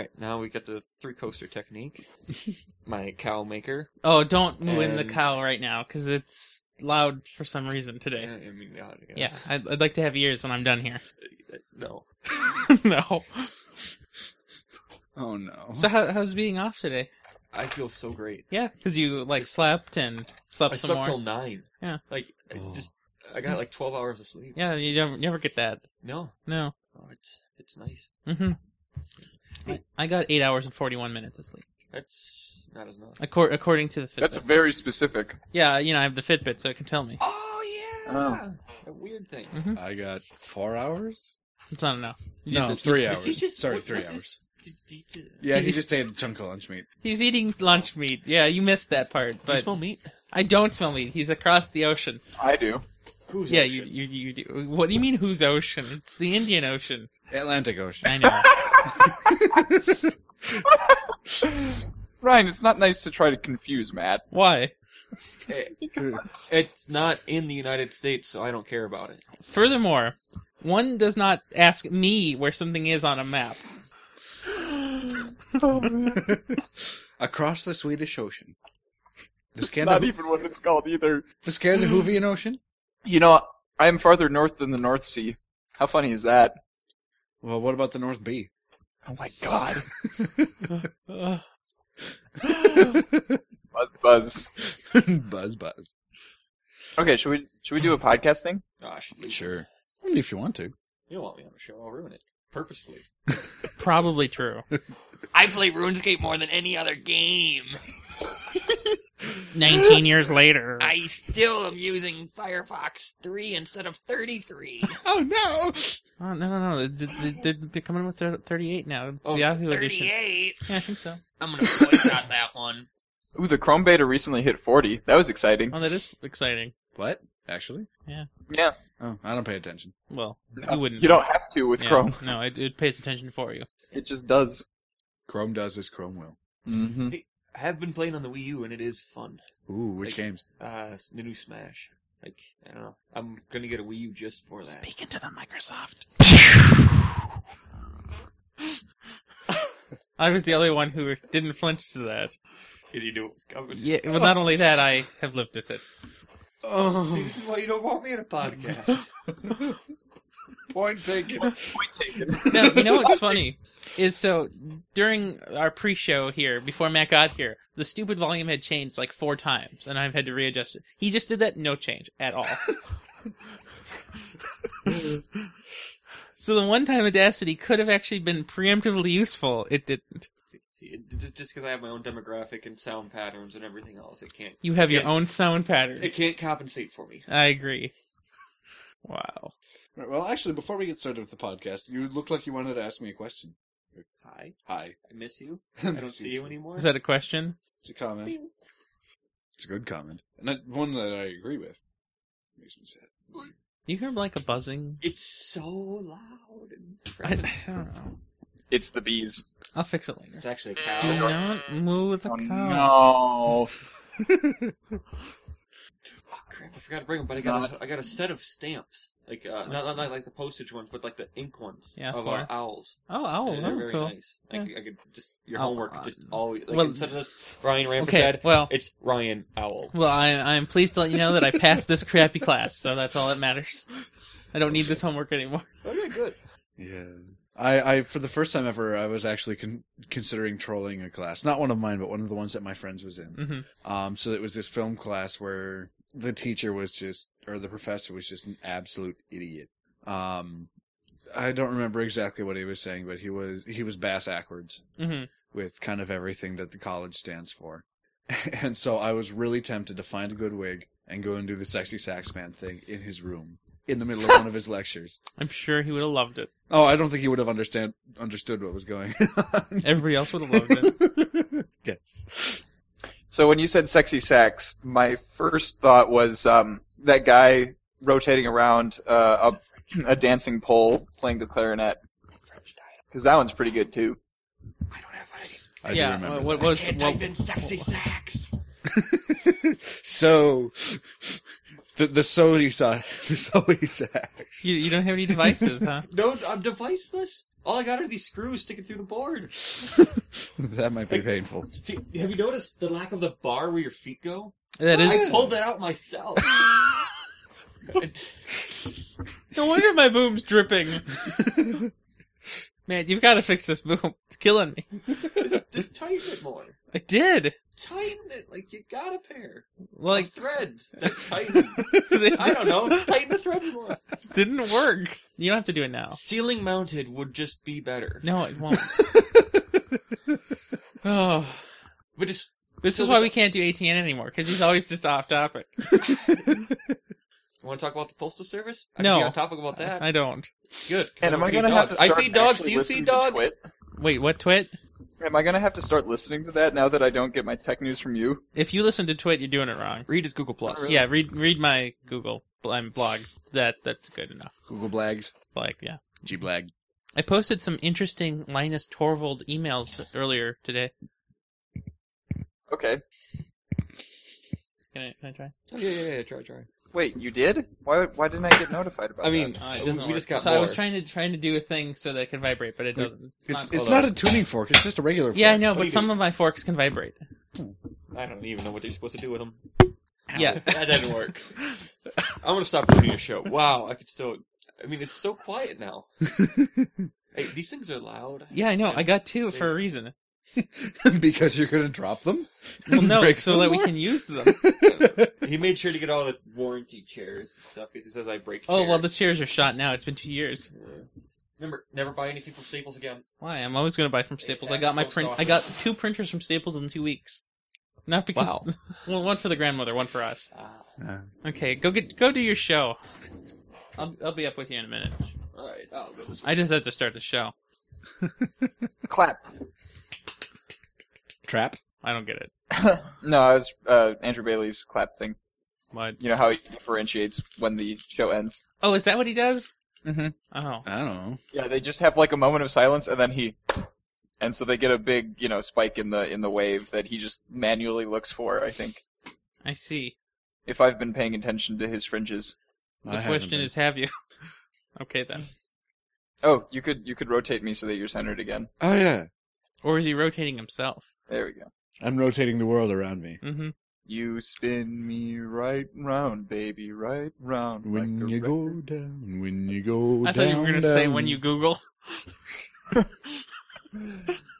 Speaker 5: right. Now we got the three coaster technique. my cow maker.
Speaker 3: Oh, don't moo in the
Speaker 5: And-
Speaker 3: cow right now because it's loud for some reason
Speaker 5: Yeah,
Speaker 3: today.
Speaker 5: I mean, yeah, yeah.
Speaker 3: Yeah, I'd, I'd like to have ears when I'm done here.
Speaker 5: Uh, No,
Speaker 3: no.
Speaker 2: Oh no.
Speaker 3: So how, how's being off today?
Speaker 5: I feel so great.
Speaker 3: Yeah, because you like slept and slept
Speaker 5: I
Speaker 3: some
Speaker 5: slept
Speaker 3: more.
Speaker 5: till nine.
Speaker 3: Yeah.
Speaker 5: Like I
Speaker 2: Oh.
Speaker 5: just I got like twelve hours of sleep.
Speaker 3: Yeah, you never, never get that.
Speaker 5: No,
Speaker 3: No.
Speaker 5: oh, it's it's nice.
Speaker 3: Mm-hmm. I, I got eight hours and forty-one minutes of sleep,
Speaker 5: That's not as much.
Speaker 3: accor- according to the Fitbit.
Speaker 4: That's very specific.
Speaker 3: Yeah, you know I have the Fitbit, so it can tell me.
Speaker 5: Oh yeah,
Speaker 4: Oh.
Speaker 5: a weird thing.
Speaker 2: I got four hours.
Speaker 3: It's not enough. You
Speaker 2: No,
Speaker 3: have to-
Speaker 2: three
Speaker 5: Is he
Speaker 2: hours.
Speaker 5: just-
Speaker 2: Sorry,
Speaker 5: what-
Speaker 2: three
Speaker 5: what
Speaker 2: hours.
Speaker 5: is- did- did- did-
Speaker 2: Yeah, he just ate a chunk of lunch meat.
Speaker 3: He's eating lunch meat. Yeah, you missed that part.
Speaker 5: Do you
Speaker 3: But
Speaker 5: smell meat?
Speaker 3: I don't smell meat. He's across the ocean.
Speaker 4: I do.
Speaker 5: Who's
Speaker 3: yeah, you, you you do. What do you mean? Whose ocean? It's the Indian Ocean.
Speaker 2: Atlantic Ocean.
Speaker 3: I know.
Speaker 4: Ryan, it's not nice to try to confuse Matt.
Speaker 3: Why?
Speaker 5: It's not in the United States, so I don't care about it.
Speaker 3: Furthermore, one does not ask me where something is on a map.
Speaker 2: Across the Swedish Ocean. The
Speaker 4: Not
Speaker 2: Scandin-
Speaker 4: even what it's called either.
Speaker 2: the Scandinavian Ocean?
Speaker 4: You know, I'm farther north than the North Sea. How funny is that?
Speaker 3: Oh
Speaker 2: Well, what about the North Sea?
Speaker 4: Oh my god.
Speaker 3: Ugh.
Speaker 4: Buzz, buzz.
Speaker 2: buzz, buzz.
Speaker 4: Okay, should we should we do a podcast thing?
Speaker 5: Gosh,
Speaker 2: Sure. Only if you want to.
Speaker 5: You don't want me on the show. I'll ruin it purposefully.
Speaker 3: Probably true.
Speaker 6: I play RuneScape more than any other game.
Speaker 3: 19 years later.
Speaker 6: I still am using Firefox 3 instead of 33.
Speaker 2: Oh no!
Speaker 3: Oh, no, no, no. They- they- They're, they're coming with thir- 38 now. It's
Speaker 5: Oh,
Speaker 3: the Yahoo edition.
Speaker 6: 38.
Speaker 3: Yeah, I think so.
Speaker 6: I'm gonna boycott that one.
Speaker 4: Ooh, the Chrome beta recently hit 40. That was exciting.
Speaker 3: Oh, that is exciting.
Speaker 2: What? Actually?
Speaker 4: Yeah,
Speaker 2: Oh, I don't pay attention.
Speaker 3: Well, you wouldn't.
Speaker 4: you don't have to with
Speaker 3: Yeah.
Speaker 4: Chrome.
Speaker 3: No, it, it pays attention for you.
Speaker 4: It just does.
Speaker 2: Chrome does as Chrome will.
Speaker 4: Mm-hmm.
Speaker 5: I have been playing on the Wii U and it is fun.
Speaker 2: Ooh, which
Speaker 5: Like-
Speaker 2: games?
Speaker 5: Uh, it's the new Smash. Like I don't know. I'm gonna get a Wii U just for that.
Speaker 3: Speaking to the Microsoft. I was the only one who didn't flinch to that.
Speaker 5: Because you knew it was coming.
Speaker 3: Yeah, well, not only that, I have lived with it.
Speaker 5: See,
Speaker 2: Oh,
Speaker 5: this is why you don't want me in a podcast.
Speaker 2: point taken.
Speaker 4: Point taken.
Speaker 3: No, you know what's funny is so during our pre-show here, before Matt got here, the stupid volume had changed like four times, and I've had to readjust it. He just did that, no change at all. so the one time audacity could have actually been preemptively useful. It didn't.
Speaker 5: See, it, just just because I have my own demographic and sound patterns and everything else, it can't
Speaker 3: You have your
Speaker 5: Yeah.
Speaker 3: own sound patterns.
Speaker 5: it can't compensate for me.
Speaker 3: I agree. Wow.
Speaker 2: Right, well, actually, before we get started with the podcast, you looked like you wanted to ask me a question.
Speaker 5: Hi,
Speaker 2: Hi.
Speaker 5: I miss you. I don't see you anymore.
Speaker 3: Is that a question?
Speaker 2: It's a comment. It's a good comment, and that, one that I agree with. Makes me sad.
Speaker 3: You hear like a buzzing?
Speaker 5: It's so loud. And
Speaker 3: I, I don't know.
Speaker 4: It's the bees.
Speaker 3: I'll fix it later.
Speaker 5: it's actually a
Speaker 3: Do
Speaker 5: cow.
Speaker 3: not move the
Speaker 4: Oh,
Speaker 3: cow.
Speaker 4: no.
Speaker 5: Oh, crap, I forgot to bring them, but I got a, I got a set of stamps, like uh, not, not not like the postage ones, but like the ink ones
Speaker 3: Yeah,
Speaker 5: of
Speaker 3: four.
Speaker 5: our owls.
Speaker 3: Oh, owl.
Speaker 5: They're
Speaker 3: That was
Speaker 5: very
Speaker 3: cool.
Speaker 5: nice. I,
Speaker 3: Yeah.
Speaker 5: could, I could just your
Speaker 3: Oh,
Speaker 5: homework
Speaker 3: uh,
Speaker 5: just always like
Speaker 3: well-
Speaker 5: instead of this Ryan Ramper
Speaker 3: Okay,
Speaker 5: said,
Speaker 3: well-
Speaker 5: it's Ryan Owl.
Speaker 3: Well, I, I'm pleased to let you know that I passed this crappy class, so that's all that matters. I don't need this homework anymore.
Speaker 5: Okay, good.
Speaker 2: Yeah. I, I for the first time ever, I was actually con- considering trolling a class, not one of mine, but one of the ones that my friends was in.
Speaker 3: hmm
Speaker 2: Um, so it was this film class where the teacher was just, or the professor was just an absolute idiot. Um, I don't remember exactly what he was saying, but he was he was bass backwards
Speaker 3: hmm
Speaker 2: with kind of everything that the college stands for. And so I was really tempted to find a good wig and go and do the sexy sax man thing in his room in the middle of one of his lectures.
Speaker 3: I'm sure he would have loved it.
Speaker 2: Oh, I don't think he would have understand understood what was going on.
Speaker 3: Everybody else would have loved it.
Speaker 2: yes.
Speaker 4: So when you said sexy sax, my first thought was um, that guy rotating around uh, a, a dancing pole playing the clarinet. Because that one's pretty good too.
Speaker 6: I don't have any.
Speaker 2: I
Speaker 3: yeah.
Speaker 2: do remember. that.
Speaker 3: what- what was
Speaker 6: Can't
Speaker 3: what-
Speaker 6: type in sexy sax.
Speaker 2: so the the Sony sax, the Sony sax.
Speaker 3: You, you don't have any devices, huh?
Speaker 5: No, I'm deviceless. All I got are these screws sticking through the board.
Speaker 2: that might be painful.
Speaker 5: See, have you noticed the lack of the bar where your feet go?
Speaker 3: That
Speaker 5: I
Speaker 3: is.
Speaker 5: pulled that out myself.
Speaker 3: No wonder my boom's dripping. Man, you've got to fix this boom. It's killing me.
Speaker 5: just, just tighten it more.
Speaker 3: I did.
Speaker 5: Tighten it like you got a pair. Like
Speaker 3: Like,
Speaker 5: threads. that Tighten. I don't know. Tighten the threads more.
Speaker 3: didn't work. You don't have to do it now.
Speaker 5: Ceiling mounted would just be better.
Speaker 3: No, it won't. oh.
Speaker 5: But just
Speaker 3: This is
Speaker 5: So
Speaker 3: why
Speaker 5: it's-
Speaker 3: we can't do ATN anymore because he's always just off topic.
Speaker 5: want to talk about the postal service? I
Speaker 3: No.
Speaker 5: can be on topic about that.
Speaker 3: I don't.
Speaker 5: Good. 'cause
Speaker 4: And
Speaker 5: I
Speaker 4: am
Speaker 5: would
Speaker 4: I
Speaker 5: feed
Speaker 4: gonna have
Speaker 5: dogs.
Speaker 4: to start
Speaker 5: I feed dogs. Do
Speaker 4: actually
Speaker 5: you
Speaker 4: listening
Speaker 5: feed
Speaker 4: to
Speaker 5: dogs?
Speaker 4: Twit?
Speaker 3: Wait, what twit?
Speaker 4: Am I gonna have to start listening to that now that I don't get my tech news from you?
Speaker 3: If you listen to twit, you're doing it wrong.
Speaker 5: Read is Google Plus.
Speaker 3: Yeah, read read my Google bl- um, blog. That that's good enough.
Speaker 2: Google Blags,
Speaker 3: Like, yeah,
Speaker 2: G Blag.
Speaker 3: I posted some interesting Linus Torvald emails earlier today.
Speaker 4: Okay.
Speaker 3: Can I, can I try?
Speaker 5: Oh, yeah, yeah, yeah. Try, try.
Speaker 4: Wait, you did? Why? Why didn't I get notified about
Speaker 5: I
Speaker 4: that?
Speaker 5: mean,
Speaker 3: Uh, it
Speaker 5: we
Speaker 3: doesn't work.
Speaker 5: just got
Speaker 3: so I was
Speaker 5: more.
Speaker 3: trying to trying to do a thing so that it can vibrate, but it doesn't. It's
Speaker 2: It's
Speaker 3: not-
Speaker 2: it's
Speaker 5: hold
Speaker 2: not
Speaker 5: on.
Speaker 2: a tuning fork. It's just a regular.
Speaker 3: yeah, I
Speaker 2: fork.
Speaker 3: know,
Speaker 5: What do
Speaker 3: but
Speaker 5: you
Speaker 3: some
Speaker 5: do?
Speaker 3: of my forks can vibrate.
Speaker 5: I don't even know what they're supposed to do with them.
Speaker 3: Yeah.
Speaker 5: that didn't work. I'm gonna stop doing your show. Wow, I could still. I mean, it's so quiet now. hey, these things are loud.
Speaker 3: Yeah, I know. I got two for a reason.
Speaker 2: because you're gonna drop them.
Speaker 3: Well,
Speaker 2: and
Speaker 3: no,
Speaker 2: break
Speaker 3: so
Speaker 2: them
Speaker 3: that we
Speaker 2: more?
Speaker 3: can use them.
Speaker 5: He made sure to get all the warranty chairs and stuff because he says I break.
Speaker 3: Oh well, the
Speaker 5: chairs."
Speaker 3: chairs are shot now. It's been two years.
Speaker 5: Remember, never buy anything from Staples again.
Speaker 3: Why? I'm always going to buy from Staples. I got my print. I got two printers from Staples in two weeks. Not because
Speaker 4: Wow.
Speaker 3: well, one for the grandmother, one for us.
Speaker 2: Uh,
Speaker 3: Okay, go get go do your show. I'll I'll be up with you in a minute.
Speaker 5: All right, Oh, I'll go this way.
Speaker 3: I just have to start the show.
Speaker 4: Clap.
Speaker 2: trap.
Speaker 3: I don't get it.
Speaker 4: No, I was uh, Andrew Bailey's clap thing.
Speaker 3: But
Speaker 4: You know how he differentiates when the show ends.
Speaker 3: oh, is that what he does?
Speaker 2: Mm-hmm.
Speaker 4: Mhm.
Speaker 3: Oh,
Speaker 2: I don't know.
Speaker 4: Yeah, they just have like a moment of silence, and then he, and so they get a big, you know, spike in the in the wave that he just manually looks for. I think
Speaker 3: I see.
Speaker 4: if I've been paying attention to his fringes.
Speaker 2: I
Speaker 3: The
Speaker 2: haven't
Speaker 3: question
Speaker 2: been.
Speaker 3: is, have you? okay then.
Speaker 4: Oh, you could you could rotate me so that you're centered again.
Speaker 2: Oh yeah,
Speaker 3: Or is he rotating himself?
Speaker 4: There we go.
Speaker 2: I'm rotating the world around me.
Speaker 3: Mm-hmm.
Speaker 4: You spin me right round, baby, right round.
Speaker 2: When
Speaker 4: like a
Speaker 2: you go
Speaker 4: record.
Speaker 2: down, when you go
Speaker 3: I
Speaker 2: down.
Speaker 3: thought you were going to say
Speaker 2: down.
Speaker 3: when you Google.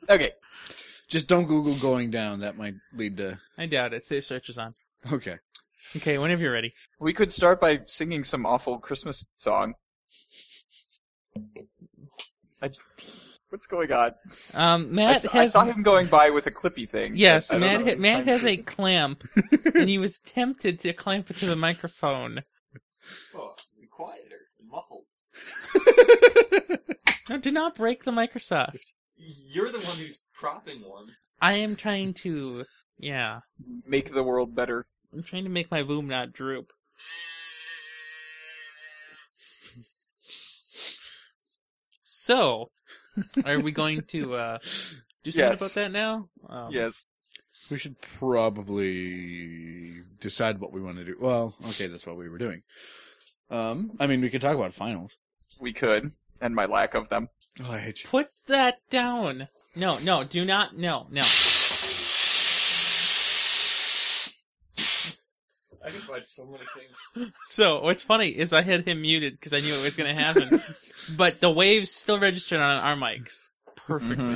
Speaker 4: Okay,
Speaker 2: Just don't Google going down. That might lead to.
Speaker 3: I doubt it. Safe search is on.
Speaker 2: Okay.
Speaker 3: Okay, whenever you're ready.
Speaker 4: we could start by singing some awful Christmas song. I just, what's going on?
Speaker 3: Um,
Speaker 4: I,
Speaker 3: Matt
Speaker 4: s- I
Speaker 3: has.
Speaker 4: saw him going by with a clippy thing. but
Speaker 3: Yes,
Speaker 4: I don't
Speaker 3: Matt.
Speaker 4: know
Speaker 3: Ha-
Speaker 4: if
Speaker 3: Matt
Speaker 4: he's
Speaker 3: has a
Speaker 4: trying to-
Speaker 3: clamp, and he was tempted to clamp it to the microphone.
Speaker 5: Oh, be quieter, muffled.
Speaker 3: No, do not break the Microsoft.
Speaker 5: You're the one who's propping one.
Speaker 3: I am trying to. Yeah,
Speaker 4: make the world better.
Speaker 3: I'm trying to make my boom not droop. So, are we going to uh, do something
Speaker 4: Yes.
Speaker 3: about that now? Um,
Speaker 4: Yes.
Speaker 2: We should probably decide what we want to do. Well, okay, that's what we were doing. Um, I mean, we could talk about finals.
Speaker 4: We could, and my lack of them.
Speaker 2: Oh, I hate you.
Speaker 3: Put that down. No, no, do not. No, no.
Speaker 5: I can find so many things.
Speaker 3: So what's funny is I had him muted because I knew it was going to happen, but the waves still registered on our mics perfectly.
Speaker 4: Mhm.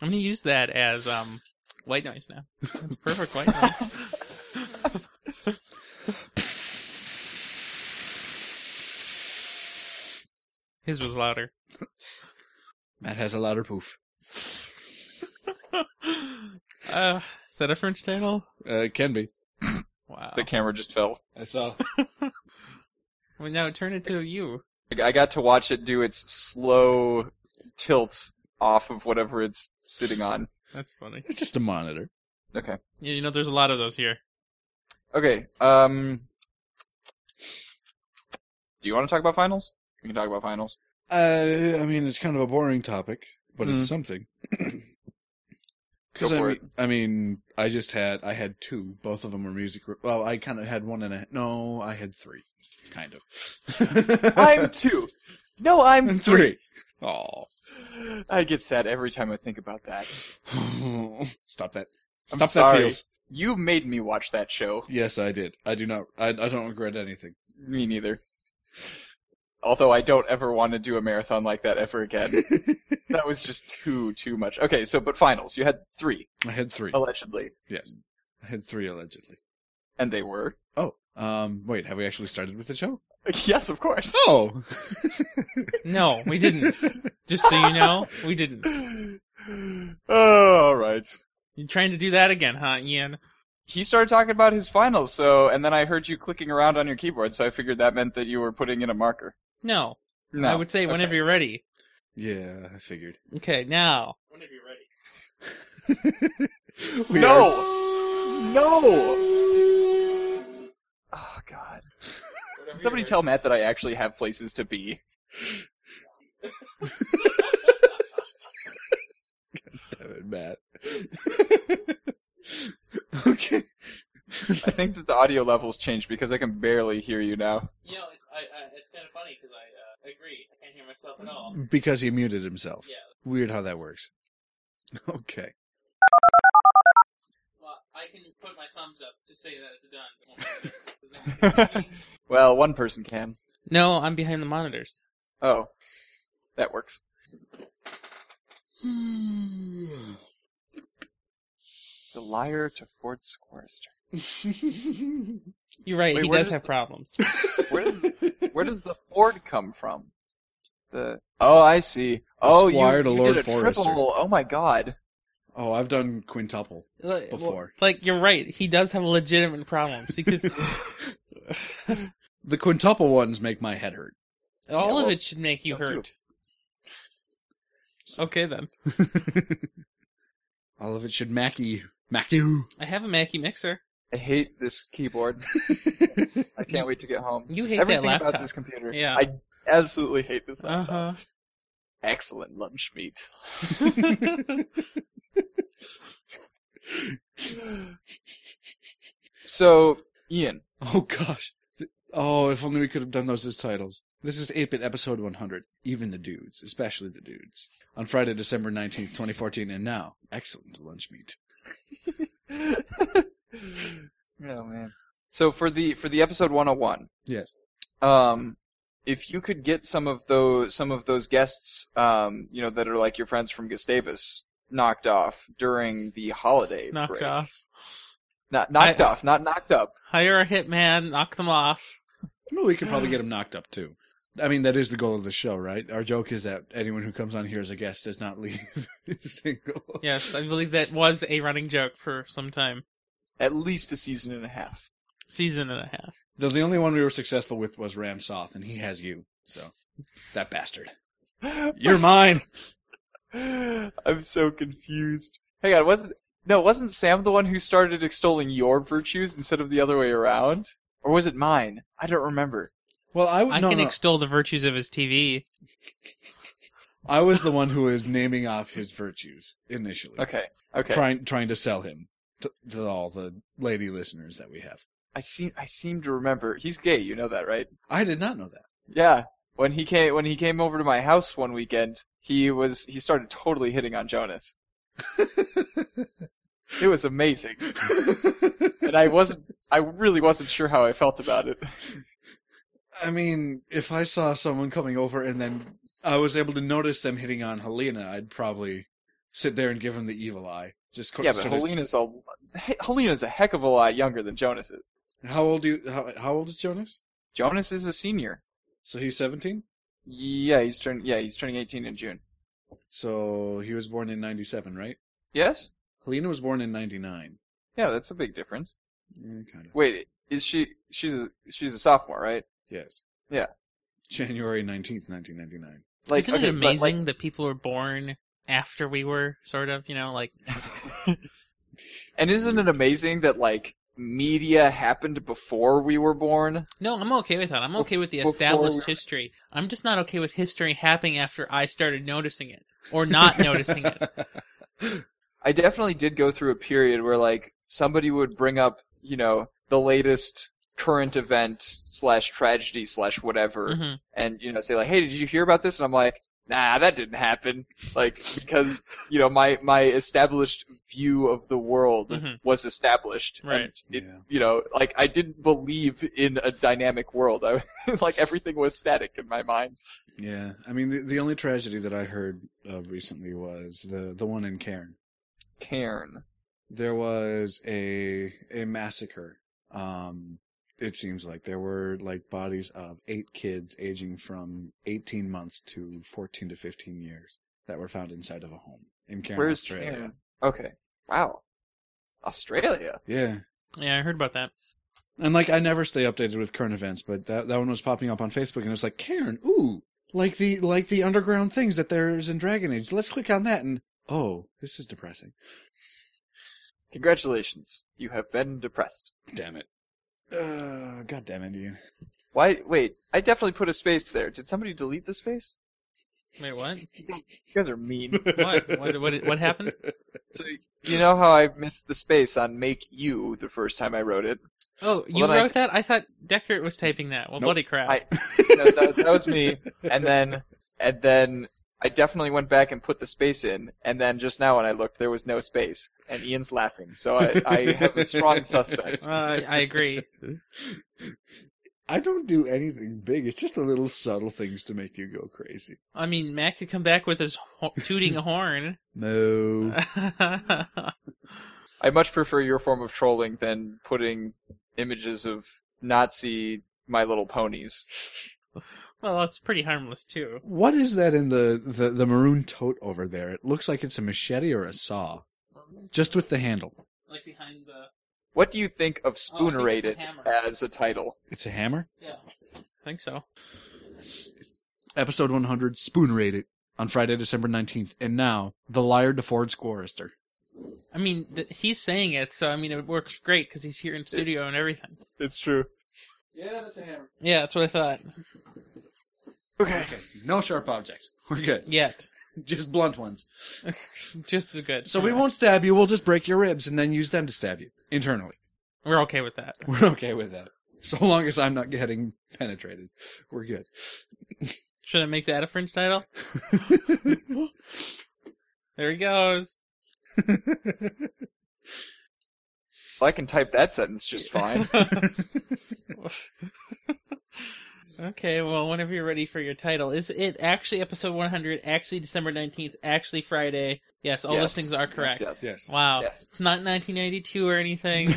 Speaker 3: I'm going to use that as um white noise now. That's perfect white noise. His was louder.
Speaker 2: Matt has a louder poof.
Speaker 3: Uh, is that a French title?
Speaker 2: Uh, it can be.
Speaker 3: Wow.
Speaker 4: The camera just fell.
Speaker 2: I saw.
Speaker 3: Well, now turn it to you.
Speaker 4: I I got to watch it do its slow tilt off of whatever it's sitting on.
Speaker 3: That's funny.
Speaker 2: It's just a monitor.
Speaker 4: Okay.
Speaker 3: Yeah, you know, there's a lot of those here.
Speaker 4: Okay. Um. Do you want to talk about finals? We can talk about finals.
Speaker 2: Uh, I mean, it's kind of a boring topic, but
Speaker 4: Mm.
Speaker 2: it's something. Because
Speaker 4: Go
Speaker 2: I
Speaker 4: for
Speaker 2: mean, I mean, I just had I had two. Both of them were music. Well, I kind of had one and a no. I had three, kind of.
Speaker 4: I'm two. No, I'm
Speaker 2: three. Oh,
Speaker 4: I get sad every time I think about that.
Speaker 2: stop that! Stop
Speaker 4: I'm
Speaker 2: that
Speaker 4: sorry.
Speaker 2: feels.
Speaker 4: You made me watch that show.
Speaker 2: Yes, I did. I do not. I, I don't regret anything.
Speaker 4: Me neither. Although I don't ever want to do a marathon like that ever again. that was just too too much. Okay, so but finals. You had three,
Speaker 2: I had three.
Speaker 4: allegedly.
Speaker 2: Yes, I had three allegedly.
Speaker 4: And they were
Speaker 2: Oh, um, wait. Have we actually started with the show?
Speaker 4: Yes, of course.
Speaker 2: Oh,
Speaker 3: No, we didn't. Just so you know, we didn't.
Speaker 4: oh, all right.
Speaker 3: You trying to do that again, huh, Ian?
Speaker 4: He started talking about his finals, so and then I heard you clicking around on your keyboard, so I figured that meant that you were putting in a marker.
Speaker 3: No.
Speaker 4: No.
Speaker 3: I would say whenever
Speaker 4: Okay.
Speaker 3: you're ready.
Speaker 2: yeah. I figured.
Speaker 3: Okay, now.
Speaker 5: Whenever you're ready.
Speaker 2: We
Speaker 4: no.
Speaker 2: are-
Speaker 4: No. Oh God.
Speaker 5: Whenever
Speaker 4: Somebody
Speaker 5: you're
Speaker 4: tell Matt that I actually have places to be.
Speaker 2: Damn it, Matt. okay.
Speaker 4: I think that the audio levels changed because I can barely hear you now.
Speaker 3: You know, it's, I, I, it's kind of funny because I uh, agree. I can't hear myself at all.
Speaker 2: Because he muted himself.
Speaker 3: Yeah.
Speaker 2: Weird how that works. Okay.
Speaker 3: Well, I can put my thumbs up to say that it's
Speaker 4: won't. Well, one person can.
Speaker 3: no, I'm behind the monitors.
Speaker 4: Oh, that works. the liar to Ford Squirster.
Speaker 3: You're right.
Speaker 4: Wait,
Speaker 3: he
Speaker 4: where
Speaker 3: does
Speaker 4: does
Speaker 3: have
Speaker 4: the-
Speaker 3: problems.
Speaker 4: Where does where does the Ford come from? The oh, I see. Oh, you,
Speaker 2: Squire to
Speaker 4: you
Speaker 2: Lord
Speaker 4: did a
Speaker 2: Forester.
Speaker 4: triple. Oh my God.
Speaker 2: oh, I've done quintuple.
Speaker 3: Like,
Speaker 2: Before.
Speaker 3: like you're right. He does have legitimate problems because
Speaker 2: The quintuple ones make my head hurt.
Speaker 3: all
Speaker 4: well,
Speaker 3: of it should make you
Speaker 4: that's true.
Speaker 3: hurt. Okay then.
Speaker 2: All of it should Mackie. Mackie. you.
Speaker 3: I have a Mackie mixer.
Speaker 4: I hate this keyboard. I can't wait to get home.
Speaker 3: You hate
Speaker 4: Everything
Speaker 3: that laptop.
Speaker 4: about this computer.
Speaker 3: Yeah.
Speaker 4: I absolutely hate this
Speaker 3: Uh huh.
Speaker 4: laptop. Excellent lunch meat. So, Ian,
Speaker 2: Oh gosh. Th- Oh, if only we could have done those as titles. This is 8-Bit Episode 100. Even the dudes, especially the dudes. On Friday, December 19th, 2014, and now, excellent lunch meat.
Speaker 4: oh man. So for the for the episode 101,
Speaker 2: Yes.
Speaker 4: um, if you could get some of those some of those guests, um, you know, that are like your friends from Gustavus, knocked off during the holiday.
Speaker 3: Knocked
Speaker 4: break.
Speaker 3: off.
Speaker 4: Not knocked
Speaker 3: I-
Speaker 4: off, not knocked up.
Speaker 3: Hire a hitman. Knock them off.
Speaker 2: Well, we could probably get them knocked up, too. I mean, that is the goal of the show, right? Our joke is that anyone who comes on here as a guest does not leave single.
Speaker 3: Yes, I believe that was a running joke for some time,
Speaker 4: At least a season and a half.
Speaker 3: season and a half.
Speaker 2: Though the only one we were successful with was Ram Soth, and he has you. So, that bastard. You're mine!
Speaker 4: I'm so confused. Hang on, wasn't no, wasn't Sam the one who started extolling your virtues instead of the other way around? Or was it mine? I don't remember.
Speaker 2: Well, I, w-
Speaker 3: I
Speaker 2: no,
Speaker 3: can
Speaker 2: no.
Speaker 3: extol the virtues of his TV.
Speaker 2: I was the one who was naming off his virtues initially.
Speaker 4: Okay. Okay.
Speaker 2: trying trying to sell him to, to all the lady listeners that we have.
Speaker 4: I seem I seem to remember. He's gay, you know that, right?
Speaker 2: I did not know that.
Speaker 4: Yeah. When he came when he came over to my house one weekend, he was he started totally hitting on Jonas. It was amazing. And I wasn't I really wasn't sure how I felt about it.
Speaker 2: I mean, if I saw someone coming over and then I was able to notice them hitting on Helena, I'd probably sit there and give him the evil eye. Just co-
Speaker 4: Yeah, but
Speaker 2: sort of-
Speaker 4: Helena's a He- Helena's a heck of a lot younger than Jonas is.
Speaker 2: how old do you, how, how old is Jonas?
Speaker 4: Jonas is a senior.
Speaker 2: So he's seventeen.
Speaker 4: Yeah, he's turning. Yeah, he's turning 18 in June.
Speaker 2: So he was born in ninety seven, right?
Speaker 4: Yes.
Speaker 2: Helena was born in Eh, ninety nine.
Speaker 4: Yeah, that's a big difference.
Speaker 2: kind of.
Speaker 4: Wait, is she? She's a she's a sophomore, right?
Speaker 2: Yes.
Speaker 4: Yeah.
Speaker 2: January nineteenth, nineteen ninety nine.
Speaker 4: Like,
Speaker 3: Isn't
Speaker 4: okay,
Speaker 3: it
Speaker 4: but, like-
Speaker 3: amazing that people were born after we were, sort of? You know, like
Speaker 4: and isn't it amazing that like media happened before we were born?
Speaker 3: no, I'm okay with that. I'm okay with the
Speaker 4: Before
Speaker 3: established
Speaker 4: we-
Speaker 3: history. I'm just not okay with history happening after I started noticing it or not noticing it.
Speaker 4: I definitely did go through a period where like somebody would bring up, you know, the latest current event slash tragedy slash whatever,
Speaker 3: hmm
Speaker 4: and you know say like, "Hey, did you hear about this?" And I'm like, "Nah, that didn't happen." Like because you know my my established view of the world
Speaker 3: Mhm.
Speaker 4: was established,
Speaker 3: Right.
Speaker 4: And it,
Speaker 2: Yeah.
Speaker 4: You know, like I didn't believe in a dynamic world. I like everything was static in my mind.
Speaker 2: Yeah, I mean the the only tragedy that I heard of recently was the the one in Cairn.
Speaker 4: Cairn.
Speaker 2: There was a a massacre. Um, it seems like there were like bodies of eight kids aging from eighteen months to fourteen to fifteen years that were found inside of a home in Cairn,
Speaker 4: Where's
Speaker 2: Australia.
Speaker 4: Cairn? Okay. Wow. Australia.
Speaker 2: Yeah,
Speaker 3: Yeah, I heard about that.
Speaker 2: and like I never stay updated with current events, but that that one was popping up on Facebook, and it's like Cairn, ooh, like the like the underground things that there's in Dragon Age. Let's click on that, and oh, this is depressing.
Speaker 4: Congratulations. You have been depressed.
Speaker 2: Damn it. Uh, God damn it, Ian.
Speaker 4: Why? Wait. I definitely put a space there. Did somebody delete the space?
Speaker 3: Wait, what?
Speaker 4: You guys are mean.
Speaker 3: What? What? What, what happened?
Speaker 4: So you know how I missed the space on "make you" the first time I wrote it.
Speaker 3: Oh, you
Speaker 4: then I-
Speaker 3: wrote that? I thought Deckert was typing that. Well,
Speaker 2: Nope.
Speaker 3: bloody crap!
Speaker 4: I- No, that, that was me. And then, and then I definitely went back and put the space in. And then just now when I looked, there was no space. And Ian's laughing, so I, I have a strong suspect.
Speaker 3: Uh, I I agree.
Speaker 2: I don't do anything big. It's just the little subtle things to make you go crazy.
Speaker 3: I mean, Mac could come back with his ho- tooting horn.
Speaker 2: No.
Speaker 3: I
Speaker 4: I much prefer your form of trolling than putting images of Nazi My Little Ponies.
Speaker 3: Well, that's pretty harmless too.
Speaker 2: What is that in the, the, the maroon tote over there? It looks like it's a machete or a saw, just with the handle.
Speaker 3: Like behind the.
Speaker 4: What do you think
Speaker 3: Oh,
Speaker 4: of
Speaker 3: I think it's a
Speaker 4: Spoonerated
Speaker 3: hammer.
Speaker 4: as a title?
Speaker 2: It's a hammer.
Speaker 3: Yeah. I think so.
Speaker 2: Episode 100, Spoon Rated, on Friday, December 19th. And now, The Liar DeFord Squorister.
Speaker 3: I mean, th- he's saying it, so I mean, it works great because he's here in studio and everything.
Speaker 4: It's true.
Speaker 1: Yeah, that's a hammer.
Speaker 3: Yeah, that's what I thought.
Speaker 4: Okay.
Speaker 2: Okay, no sharp objects. We're good.
Speaker 3: Yet,
Speaker 2: Just blunt ones.
Speaker 3: just as good.
Speaker 2: So we won't stab you, we'll just break your ribs and then use them to stab you internally.
Speaker 3: We're okay with that.
Speaker 2: We're okay with that. So long as I'm not getting penetrated, we're good.
Speaker 3: Should I make that a fringe title? There he goes.
Speaker 4: Well, I can type that sentence just fine.
Speaker 3: Okay, well, whenever you're ready for your title, is it actually episode 100? Actually, December 19th? Actually, Friday? Yes, all
Speaker 4: Yes.
Speaker 3: those things are correct.
Speaker 4: Yes. Yes.
Speaker 2: yes.
Speaker 3: Wow,
Speaker 4: Yes.
Speaker 3: it's not 1992 or anything.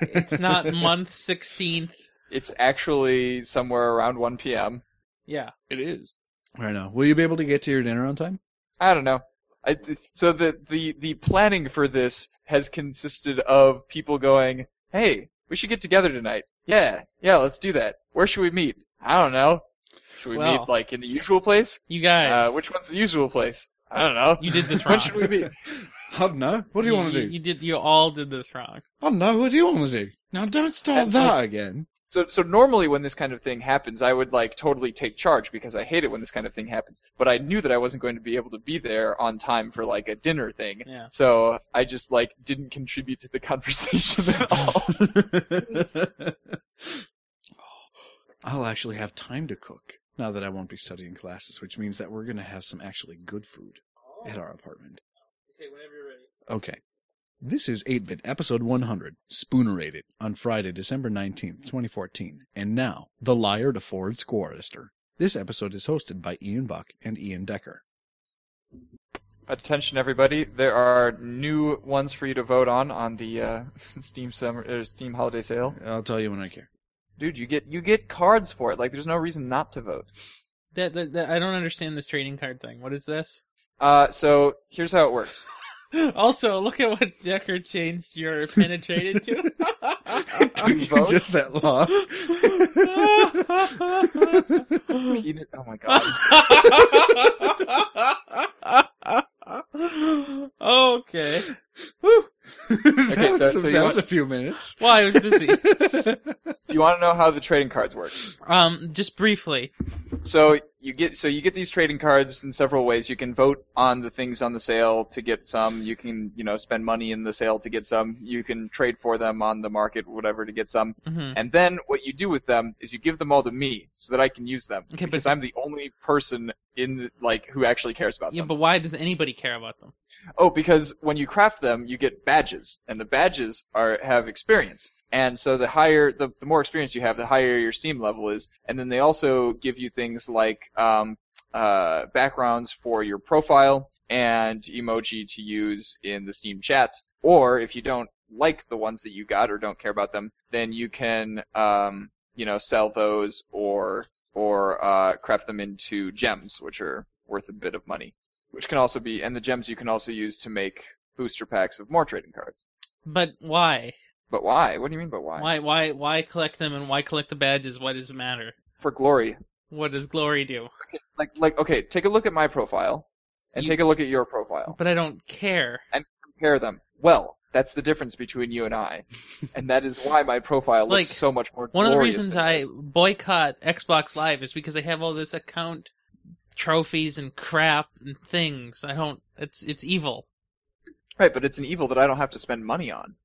Speaker 3: it's not month 16th.
Speaker 4: It's actually somewhere around 1 p.m.
Speaker 3: Yeah.
Speaker 2: It is. I know. Will you be able to get to your dinner on time?
Speaker 4: I don't know. I, so the, the the planning for this has consisted of people going, "Hey, we should get together tonight." Yeah, yeah, let's do that. Where should we meet? I don't know. Should we
Speaker 3: Well.
Speaker 4: meet like in the usual place?
Speaker 3: You guys.
Speaker 4: Uh, which one's the usual place? I don't know.
Speaker 3: You did this
Speaker 4: when
Speaker 3: wrong.
Speaker 4: should we meet?
Speaker 2: I don't know. Oh, What do you, want to do?
Speaker 3: You did. You all did this wrong.
Speaker 2: I don't know. What do you want to do? Now don't start that again.
Speaker 4: So so normally when this kind of thing happens, I would like totally take charge because I hate it when this kind of thing happens. But I knew that I wasn't going to be able to be there on time for like a dinner thing.
Speaker 3: Yeah.
Speaker 4: So I just like didn't contribute to the conversation at all.
Speaker 2: I'll actually have time to cook now that I won't be studying classes, which means that we're going to have some actually good food at our apartment.
Speaker 3: Okay, whenever you're ready.
Speaker 2: Okay. This is 8 Bit, episode 100, Spoonerated, on Friday, December 19th, 2014. And now, The Liar to Ford Squarister. This episode is hosted by Ian Buck and Ian Decker.
Speaker 4: Attention, everybody! There are new ones for you to vote on on the uh, Steam summer or Steam holiday sale.
Speaker 2: I'll tell you when I care.
Speaker 4: Dude, you get you get cards for it. Like, there's no reason not to vote.
Speaker 3: That, that, that- I don't understand this trading card thing. What is this?
Speaker 4: Uh, so here's how it works.
Speaker 3: Also, look at what Decker changed your penetrated to.
Speaker 2: Took you
Speaker 4: Both?
Speaker 2: just that long.
Speaker 4: Penis- oh my god!
Speaker 3: okay.
Speaker 2: that
Speaker 4: so-
Speaker 2: was,
Speaker 4: so
Speaker 2: that
Speaker 4: you
Speaker 2: was
Speaker 4: want-
Speaker 2: a few minutes.
Speaker 3: Well, I was busy.
Speaker 4: Do you want to know how the trading cards work?
Speaker 3: Um, just briefly.
Speaker 4: So you get so you get these trading cards in several ways. You can vote on the things on the sale to get some. You can you know spend money in the sale to get some. You can trade for them on the market, whatever, to get some.
Speaker 3: hmm
Speaker 4: And then what you do with them is you give them all to me so that I can use them
Speaker 3: Okay, but-
Speaker 4: because I'm the only person in the- like who actually cares about
Speaker 3: Yeah,
Speaker 4: them.
Speaker 3: but why does anybody care about them?
Speaker 4: Oh, because when you craft them, you get badges, and the badges are have experience. And so the higher, the, the more experience you have, the higher your steam level is. And then they also give you things like um, uh, backgrounds for your profile and emoji to use in the Steam chat. Or if you don't like the ones that you got or don't care about them, then you can, um, you know, sell those or or uh, craft them into gems, which are worth a bit of money which can also be, and the gems you can also use to make booster packs of more trading cards.
Speaker 3: But why?
Speaker 4: But why? What do you mean by why?
Speaker 3: Why? Why? Why collect them and why collect the badges? Why does it matter?
Speaker 4: For glory.
Speaker 3: What does glory do?
Speaker 4: Like, like, okay, take a look at my profile, and
Speaker 3: You-
Speaker 4: take a look at your profile.
Speaker 3: But I don't care.
Speaker 4: Compare them. Well, that's the difference between you and I, and that is why my profile looks
Speaker 3: Like,
Speaker 4: so much more.
Speaker 3: One of the
Speaker 4: glorious
Speaker 3: reasons
Speaker 4: than
Speaker 3: I
Speaker 4: yours.
Speaker 3: boycott Xbox Live is because they have all this account trophies and crap and things. I don't. It's it's evil.
Speaker 4: right, but it's an evil that I don't have to spend money on.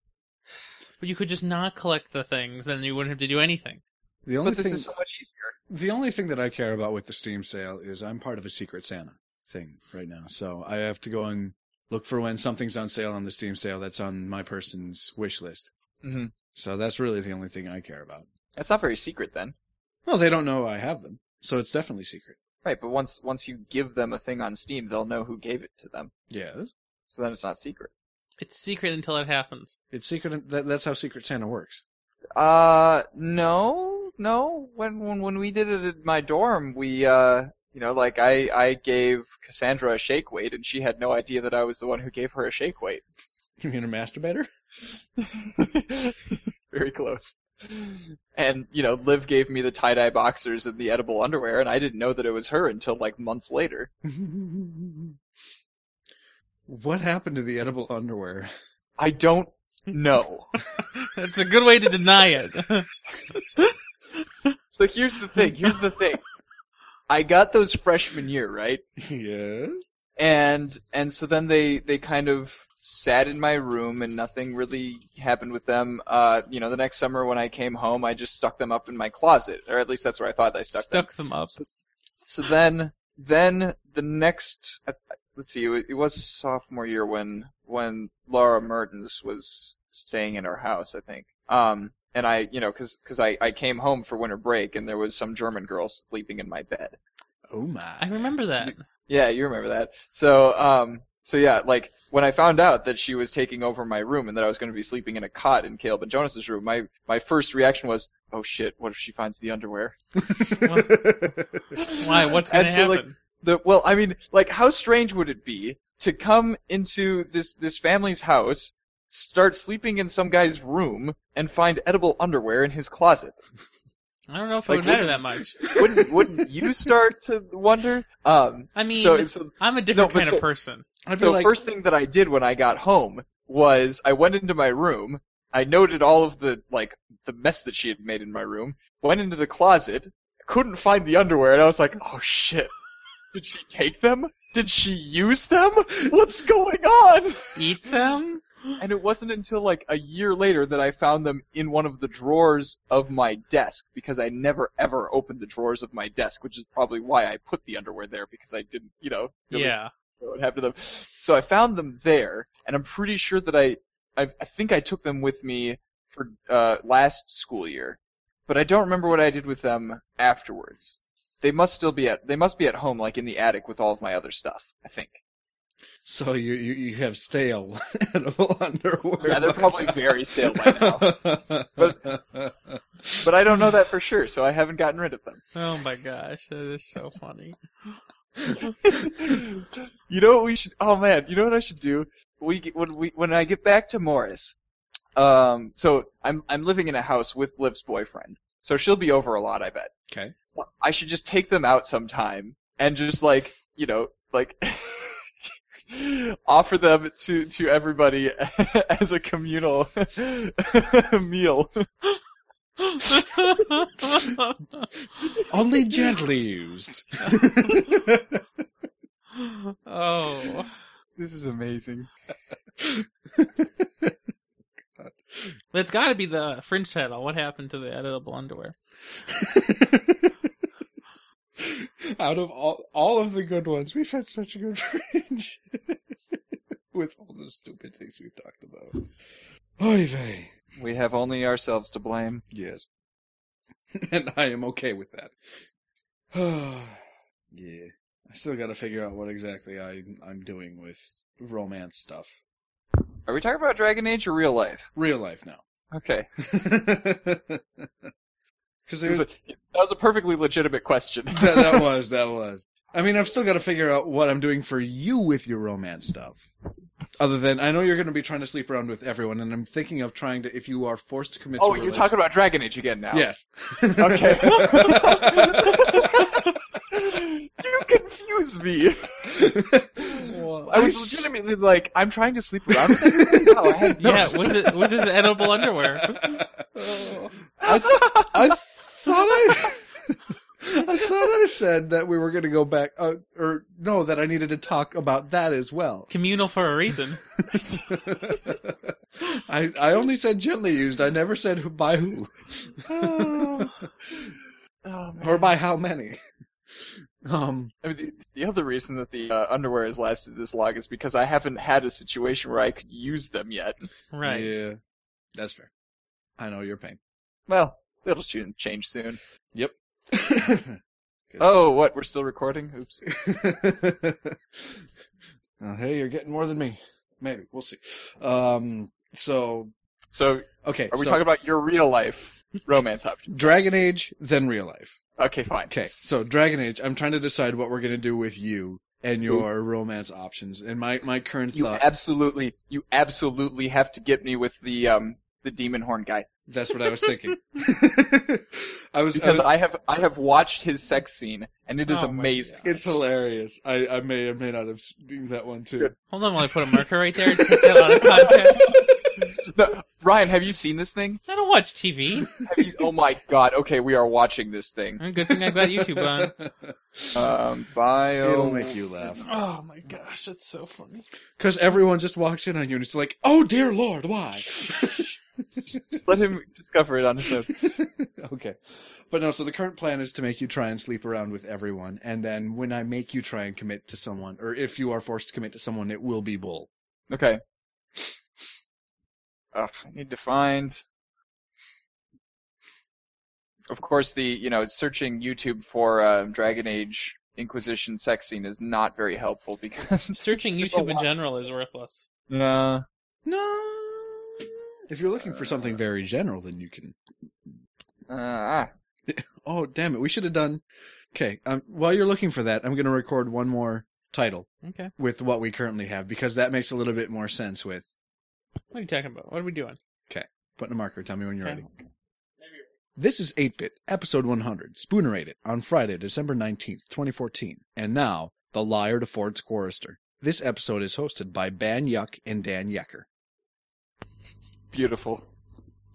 Speaker 3: But you could just not collect the things, and you wouldn't have to do anything.
Speaker 2: The only
Speaker 4: But this
Speaker 2: thing
Speaker 4: is so much easier.
Speaker 2: the only thing that I care about with the Steam sale is I'm part of a Secret Santa thing right now. So I have to go and look for when something's on sale on the Steam sale that's on my person's wish list.
Speaker 4: Mm-hmm.
Speaker 2: So that's really the only thing I care about.
Speaker 4: That's not very secret then.
Speaker 2: Well, they don't know I have them, so it's definitely secret.
Speaker 4: Right, but once once you give them a thing on Steam, they'll know who gave it to them.
Speaker 2: Yes.
Speaker 4: So then it's not secret.
Speaker 3: It's secret until it happens.
Speaker 2: It's secret. That, that's how Secret Santa works.
Speaker 4: Uh, no, no. When when when we did it at my dorm, we uh, you know, like I I gave Cassandra a shake weight, and she had no idea that I was the one who gave her a shake weight.
Speaker 2: You mean a masturbator?
Speaker 4: Very close. And you know, Liv gave me the tie dye boxers and the edible underwear, and I didn't know that it was her until like months later.
Speaker 2: what happened to the edible underwear?
Speaker 4: I don't know.
Speaker 3: That's a good way to deny it.
Speaker 4: so here's the thing. Here's the thing. I got those freshman year, right?
Speaker 2: yes.
Speaker 4: and and so then they they kind of sat in my room and nothing really happened with them uh you know the next summer when i came home i just stuck them up in my closet or at least that's where i thought i stuck, them
Speaker 3: Stuck them up.
Speaker 4: so then then the next I- I- let's see it was, it was sophomore year when when Laura Mertens was staying in our house I think um and I you know cuz cuz I I came home for winter break and there was some german girl sleeping in my bed
Speaker 2: Oh my.
Speaker 3: I remember that.
Speaker 4: yeah, you remember that. So, um, so yeah, like when I found out that she was taking over my room and that I was going to be sleeping in a cot in Caleb and Jonas's room, my my first reaction was, "Oh shit! What if she finds the underwear?"
Speaker 3: Why? What's going to
Speaker 4: And so, like,
Speaker 3: happen?
Speaker 4: the well, I mean, like how strange would it be to come into this this family's house, start sleeping in some guy's room, and find edible underwear in his closet?
Speaker 3: I don't know if it
Speaker 4: like,
Speaker 3: would matter
Speaker 4: wouldn't-
Speaker 3: that much.
Speaker 4: Wouldn't wouldn't you start to wonder? Um,
Speaker 3: I mean,
Speaker 4: so so
Speaker 3: I'm a different
Speaker 4: but
Speaker 3: kind
Speaker 4: so-
Speaker 3: of person.
Speaker 2: I'd be
Speaker 4: So
Speaker 2: like,
Speaker 4: first thing that I did when I got home was I went into my room. I noted all of the like the mess that she had made in my room. Went into the closet, couldn't find the underwear, and I was like, "Oh shit! Did she take them? Did she use them? What's going on?"
Speaker 3: Eat them?
Speaker 4: And it wasn't until like a year later that I found them in one of the drawers of my desk because I never ever opened the drawers of my desk, which is probably why I put the underwear there because I didn't, you know, really
Speaker 3: Yeah.
Speaker 4: what happened to them. So I found them there, and I'm pretty sure that I, I, I think I took them with me for uh, last school year, but I don't remember what I did with them afterwards. They must still be at, they must be at home, like in the attic with all of my other stuff. I think.
Speaker 2: so you, you you have stale edible underwear.
Speaker 4: Yeah, they're probably very stale by now, but I don't know that for sure, so I haven't gotten rid of them.
Speaker 3: Oh my gosh, that is so funny.
Speaker 4: you know what we should? Oh man, you know what I should do? We get, when we when I get back to Morris, um, so I'm I'm living in a house with Liv's boyfriend, so she'll be over a lot, I bet.
Speaker 2: Okay.
Speaker 4: So I should just take them out sometime and just like you know like. offer them to to everybody as a communal meal
Speaker 2: only gently used.
Speaker 3: oh.
Speaker 4: this is amazing
Speaker 3: That's got to be the fringe title. What happened to the editable underwear?
Speaker 2: Out of all all of the good ones, we've had such a good range with all the stupid things we've talked about. Oy vey.
Speaker 4: we have only ourselves to blame
Speaker 2: Yes. and I am okay with that. yeah. I still gotta figure out what exactly I, I'm doing with romance stuff.
Speaker 4: Are we talking about Dragon Age or real life?
Speaker 2: Real life now.
Speaker 4: Okay.
Speaker 2: Because
Speaker 4: This is
Speaker 2: that,
Speaker 4: a- that was a perfectly legitimate question.
Speaker 2: that was, that was. I mean, I've still gotta figure out what I'm doing for you with your romance stuff. Other than, I know you're gonna be trying to sleep around with everyone, and I'm thinking of trying to, if you are forced to commit to
Speaker 4: oh,
Speaker 2: a
Speaker 4: you're
Speaker 2: relationship-
Speaker 4: talking about Dragon Age again now.
Speaker 2: Yes.
Speaker 4: Okay. you confuse me. I was legitimately like, I'm trying to sleep around with everybody? No, I had
Speaker 3: Yeah, with the, with his edible underwear.
Speaker 4: Oh.
Speaker 2: I, th- I thought I, I thought I said that we were going to go back, uh, or no, that I needed to talk about that as well.
Speaker 3: Communal for a reason.
Speaker 2: I I only said gently used. I never said who, by who
Speaker 4: Oh, man.
Speaker 2: or by how many. Um,
Speaker 4: I mean, the, the other reason that the uh, underwear has lasted this long is because I haven't had a situation where I could use them yet.
Speaker 3: Right.
Speaker 2: Yeah, that's fair. I know your pain.
Speaker 4: Well, it'll ch- change soon.
Speaker 2: Yep.
Speaker 4: Oh, what? We're still recording? Oops.
Speaker 2: well, hey, you're getting more than me. Maybe we'll see. Um, so
Speaker 4: So
Speaker 2: okay,
Speaker 4: are we
Speaker 2: so
Speaker 4: talking about your real life romance options?
Speaker 2: Dragon Age, then real life?
Speaker 4: Okay, fine.
Speaker 2: Okay, so Dragon Age. I'm trying to decide what we're gonna do with you and your romance options. And my my current
Speaker 4: You
Speaker 2: thought
Speaker 4: absolutely, you absolutely have to get me with the um the demon horn guy
Speaker 2: that's what I was thinking. I was I
Speaker 4: because
Speaker 2: was-
Speaker 4: I have I have watched his sex scene and it is
Speaker 3: Oh my
Speaker 4: amazing.
Speaker 3: God.
Speaker 2: it's hilarious. I, I may or may not have seen that one too.
Speaker 3: Hold on while I put a marker right there and take that out of context.
Speaker 4: No, Ryan, have you seen this thing?
Speaker 3: I don't watch TV.
Speaker 4: Have you, oh my god! Okay, we are watching this thing.
Speaker 3: Good thing I've got YouTube on.
Speaker 4: Um, bio.
Speaker 2: It'll make you laugh.
Speaker 3: Oh my gosh, that's so funny.
Speaker 2: Because everyone just walks in on you and it's like, oh dear lord, why?
Speaker 4: Let him discover it on his own.
Speaker 2: okay. But no, so the current plan is to make you try and sleep around with everyone, and then when I make you try and commit to someone, or if you are forced to commit to someone, it will be bull.
Speaker 4: Okay. Ugh, I need to find. Of course, the you know searching YouTube for um, Dragon Age Inquisition sex scene is not very helpful because.
Speaker 3: Searching
Speaker 4: There's a
Speaker 3: YouTube in
Speaker 4: lot.
Speaker 3: general is worthless.
Speaker 4: Uh, Yeah.
Speaker 2: No. If you're looking for something very general, then you can.
Speaker 4: Uh, ah.
Speaker 2: Oh, damn it. We should have done. Okay. Um, while you're looking for that, I'm going to record one more title
Speaker 3: Okay.
Speaker 2: with what we currently have because that makes a little bit more sense with
Speaker 3: What are you talking about? What are we doing?
Speaker 2: putting a marker. Tell me when you're
Speaker 3: Okay.
Speaker 2: ready. This is 8 Bit, episode 100, Spoonerated, on Friday, December 19th, 2014. And now, The Liar to Ford Squarister. This episode is hosted by Ban Yuck and Dan Yecker.
Speaker 4: Beautiful.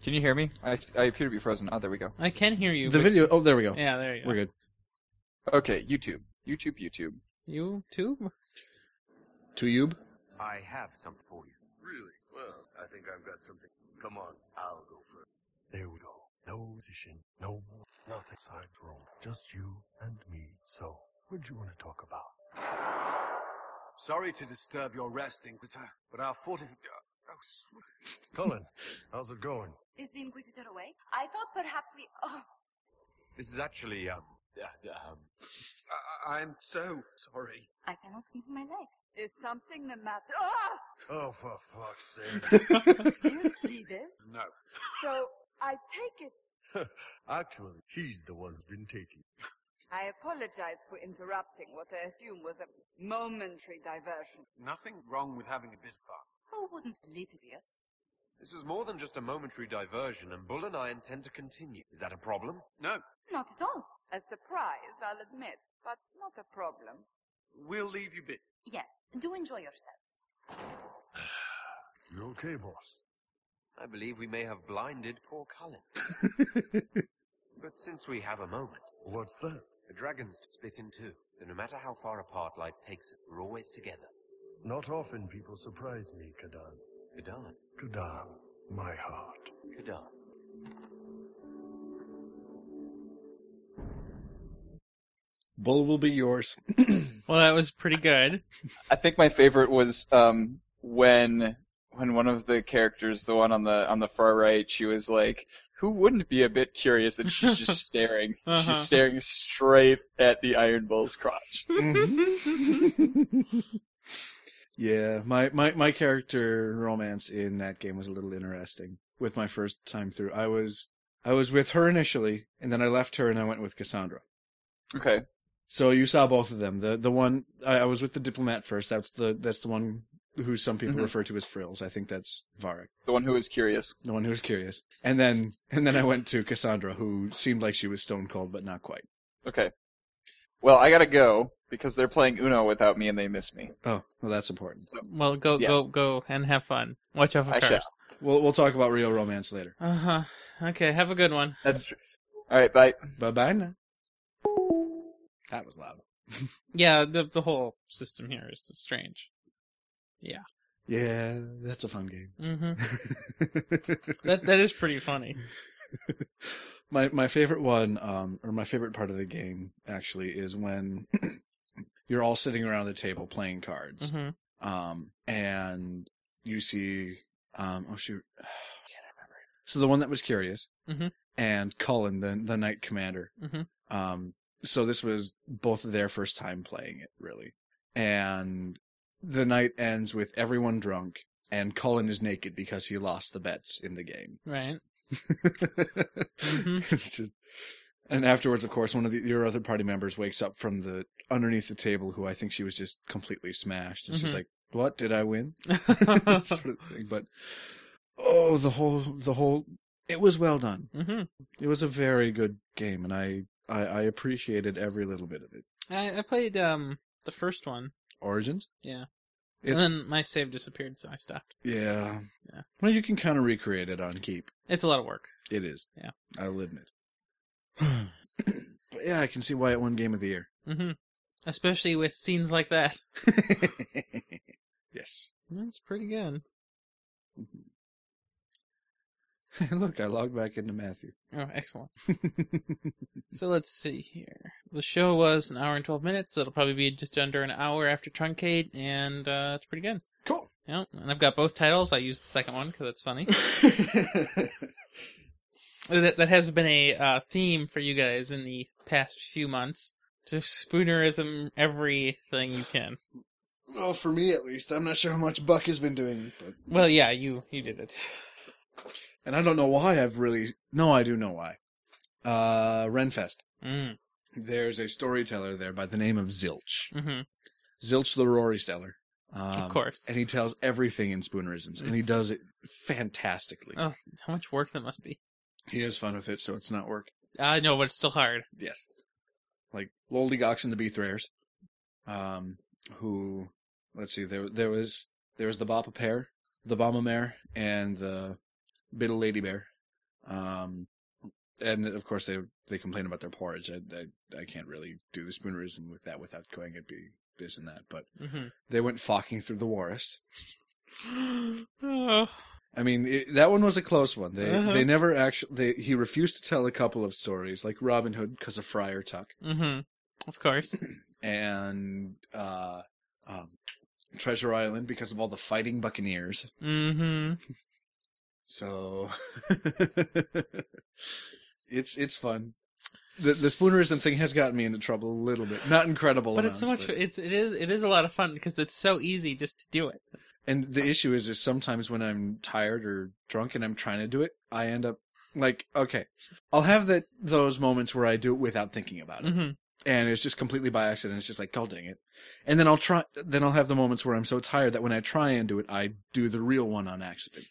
Speaker 4: Can you hear me? I, I appear to be frozen. Oh, there we go.
Speaker 3: I can hear you.
Speaker 2: The
Speaker 3: but-
Speaker 2: video. Oh, there we go.
Speaker 3: Yeah, there you go.
Speaker 2: We're good.
Speaker 4: Okay, YouTube. YouTube, YouTube.
Speaker 3: You too?
Speaker 2: Tuyub?
Speaker 7: I have something for you. Really? Well, I think I've got something. Come on, I'll go first. There we go. No position, no more, nothing sides wrong. Just you and me. So, what do you want to talk about? Sorry to disturb your resting, but, uh, but our fortification. Oh, sweet. Colin, how's it going?
Speaker 8: Is the Inquisitor away? I thought perhaps we. Oh,
Speaker 7: This is actually, um, um, I- I'm so sorry.
Speaker 8: I cannot move my legs. Is something the matter? Ah!
Speaker 7: Oh, for fuck's sake.
Speaker 8: Do you see this?
Speaker 7: no.
Speaker 8: So I take it.
Speaker 7: Actually, he's the one who's been taking.
Speaker 8: I apologize for interrupting what I assume was a momentary diversion.
Speaker 7: Nothing wrong with having a bit of fun.
Speaker 8: Who wouldn't Litivius?
Speaker 7: This was more than just a momentary diversion, and Bull and I intend to continue. Is that a problem? No.
Speaker 8: Not at all. A surprise, I'll admit, but not a problem.
Speaker 7: We'll leave you be.
Speaker 8: Yes, do enjoy yourselves.
Speaker 7: You okay, boss? I believe we may have blinded poor Cullen. but since we have a moment. What's that? The dragons split in two. And no matter how far apart life takes us, we're always together. Not often people surprise me, Kadan. Kadan? Kadan, my heart. Kadan.
Speaker 2: Bull will be yours.
Speaker 3: Well, that was pretty good.
Speaker 4: I think my favorite was um, when when one of the characters, the one on the on the far right, she was like, "Who wouldn't be a bit curious?" And she's just staring.
Speaker 3: Uh-huh.
Speaker 4: She's staring straight at the Iron Bull's crotch.
Speaker 2: yeah, my, my, my character romance in that game was a little interesting with my first time through. I was, I was with her initially, and then I left her and I went with Cassandra.
Speaker 4: Okay.
Speaker 2: So you saw both of them. The the one I, I was with the diplomat first. That's the that's the one who some people
Speaker 3: Mm-hmm.
Speaker 4: Mhm.
Speaker 2: refer to as frills. I think that's Varric,
Speaker 4: The one who was curious.
Speaker 2: the one who was curious. And then and then I went to Cassandra, who seemed like she was stone cold, but not quite.
Speaker 4: Okay. Well, I gotta go because they're playing Uno without me and they miss me.
Speaker 2: Oh, well, that's important.
Speaker 3: Well, go,
Speaker 4: Yeah.
Speaker 3: go, go, and have fun. Watch out for
Speaker 4: I shall.
Speaker 3: cars.
Speaker 2: We'll we'll talk about real romance later.
Speaker 3: Uh huh. Okay, have a good one.
Speaker 4: That's true. All right. Bye.
Speaker 3: Mm-hmm.
Speaker 2: Bye bye now. That was loud.
Speaker 3: Yeah, the the whole system here is strange.
Speaker 2: Yeah, that's a fun game.
Speaker 3: hmm That that is pretty funny.
Speaker 2: my my favorite one, um, or my favorite part of the game actually is when you're all sitting around the table playing cards,
Speaker 3: hmm
Speaker 2: um, and you see, um, oh shoot, I can't remember. So the one that was curious,
Speaker 3: Mhm.
Speaker 2: and Cullen, the the knight commander.
Speaker 3: Mhm.
Speaker 2: Um, so this was both their first time playing it, really, and the night ends with everyone drunk and Cullen is naked because he lost the bets in the game.
Speaker 3: Right. Mm-hmm.
Speaker 2: It's just- and afterwards, of course, one of the, your other party members wakes up from the underneath the table, who I think she was just completely smashed, and she's
Speaker 3: Mhm.
Speaker 2: like, "What did I win?" sort of thing. But oh, the whole the whole it was well done.
Speaker 3: hmm
Speaker 2: It was a very good game, and I I, I appreciated every little bit of it.
Speaker 3: I, I played um the first one,
Speaker 2: Origins,
Speaker 3: yeah,
Speaker 2: It's-
Speaker 3: and then my save disappeared, so I stopped.
Speaker 2: yeah,
Speaker 3: Yeah.
Speaker 2: Well, you can kind of recreate it on Keep.
Speaker 3: It's a lot of work.
Speaker 2: It is,
Speaker 3: Yeah.
Speaker 2: I'll admit. but yeah, I can see why it won Game of the Year.
Speaker 3: hmm Especially with scenes like that.
Speaker 2: yes.
Speaker 3: That's pretty good.
Speaker 2: Look, I logged back into Matthew.
Speaker 3: Oh, excellent. So let's see here. The show was an hour and 12 minutes, so it'll probably be just under an hour after Truncate, and uh, it's pretty good.
Speaker 2: cool.
Speaker 3: Yeah, and I've got both titles. I used the second one because it's funny. Uh, that, that has been a uh, theme for you guys in the past few months. To spoonerism everything you can.
Speaker 2: well, for me at least, I'm not sure how much Buck has been doing, but
Speaker 3: Well, yeah, you you did it.
Speaker 2: and I don't know why I've really. No, I do know why. Uh, Renfest.
Speaker 3: Mm,
Speaker 2: There's a storyteller there by the name of Zilch.
Speaker 3: hmm
Speaker 2: Zilch the Rory Steller. Um,
Speaker 3: of course.
Speaker 2: And he tells everything in spoonerisms, and he does it fantastically.
Speaker 3: Oh, how much work that must be.
Speaker 2: He has fun with it, so it's not work.
Speaker 3: I know, but it's still hard.
Speaker 2: Yes. Like Loldigox and the Beathrayers. Um who let's see, there there was there was the Bappa Pair, the Bomba Mare, and the Biddle Lady Bear. Um and of course they they complain about their porridge. I I, I can't really do the spoonerism with that without going it'd be this and that. But
Speaker 3: hmm
Speaker 2: they went focking through the forest.
Speaker 3: oh,
Speaker 2: I mean, it, that one was a close one. They
Speaker 3: Uh-huh.
Speaker 2: they never actually they, he refused to tell a couple of stories like Robin Hood because of Friar Tuck.
Speaker 3: hmm Of course.
Speaker 2: and uh, um, Treasure Island because of all the fighting buccaneers.
Speaker 3: hmm
Speaker 2: So it's it's fun. The the spoonerism thing has gotten me into trouble a little bit. Not incredible,
Speaker 3: But it's so
Speaker 2: amounts,
Speaker 3: much.
Speaker 2: but-
Speaker 3: It's it is it is a lot of fun because it's so easy just to do it.
Speaker 2: And the issue is, is sometimes when I'm tired or drunk and I'm trying to do it, I end up like, okay, I'll have that those moments where I do it without thinking about it.
Speaker 3: hmm
Speaker 2: and it's just completely by accident. It's just like, God dang it. And then I'll try, then I'll have the moments where I'm so tired that when I try and do it, I do the real one on accident.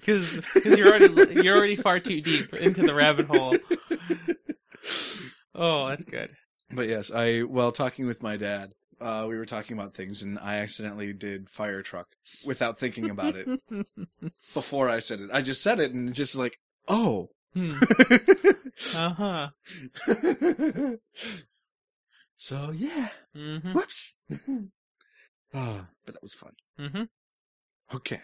Speaker 3: Because you're already you're already far too deep into the rabbit hole. Oh, that's good.
Speaker 2: But yes, I, while talking with my dad, uh, we were talking about things and I accidentally did fire truck without thinking about it
Speaker 3: Hmm.
Speaker 2: before I said it. I just said it and it's just like, oh.
Speaker 3: Uh huh.
Speaker 2: so yeah,
Speaker 3: Mm-hmm.
Speaker 2: whoops. Ah, but that was fun.
Speaker 3: Mm-hmm.
Speaker 2: Okay.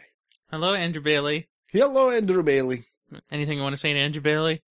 Speaker 3: Hello, Andrew Bailey.
Speaker 2: Hello, Andrew Bailey.
Speaker 3: Anything you want to say to Andrew Bailey?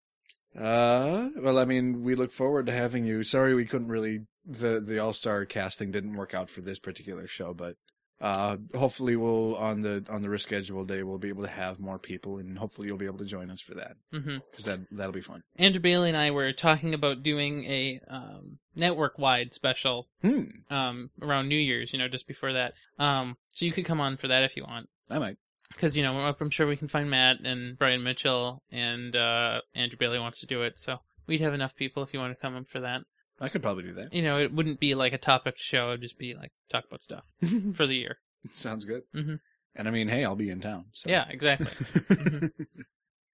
Speaker 2: Uh, well, I mean, we look forward to having you. Sorry, we couldn't really the the All Star casting didn't work out for this particular show, but uh, hopefully we'll on the on the reschedule day we'll be able to have more people, and hopefully you'll be able to join us for that
Speaker 3: Mm-hmm.
Speaker 2: because that that'll be fun.
Speaker 3: Andrew Bailey and I were talking about doing a um, network-wide special
Speaker 2: Hmm,
Speaker 3: um, around New Year's. You know, just before that. Um, so you could come on for that if you want.
Speaker 2: I might.
Speaker 3: because you know I'm- I'm sure we can find Matt and Brian Mitchell and uh, Andrew Bailey wants to do it, so we'd have enough people if you want to come up for that.
Speaker 2: I could probably do that.
Speaker 3: You know, it wouldn't be like a topic show; it'd just be like talk about stuff for the year.
Speaker 2: Sounds good.
Speaker 3: Mhm.
Speaker 2: And I mean, hey, I'll be in town. So.
Speaker 3: Yeah, exactly.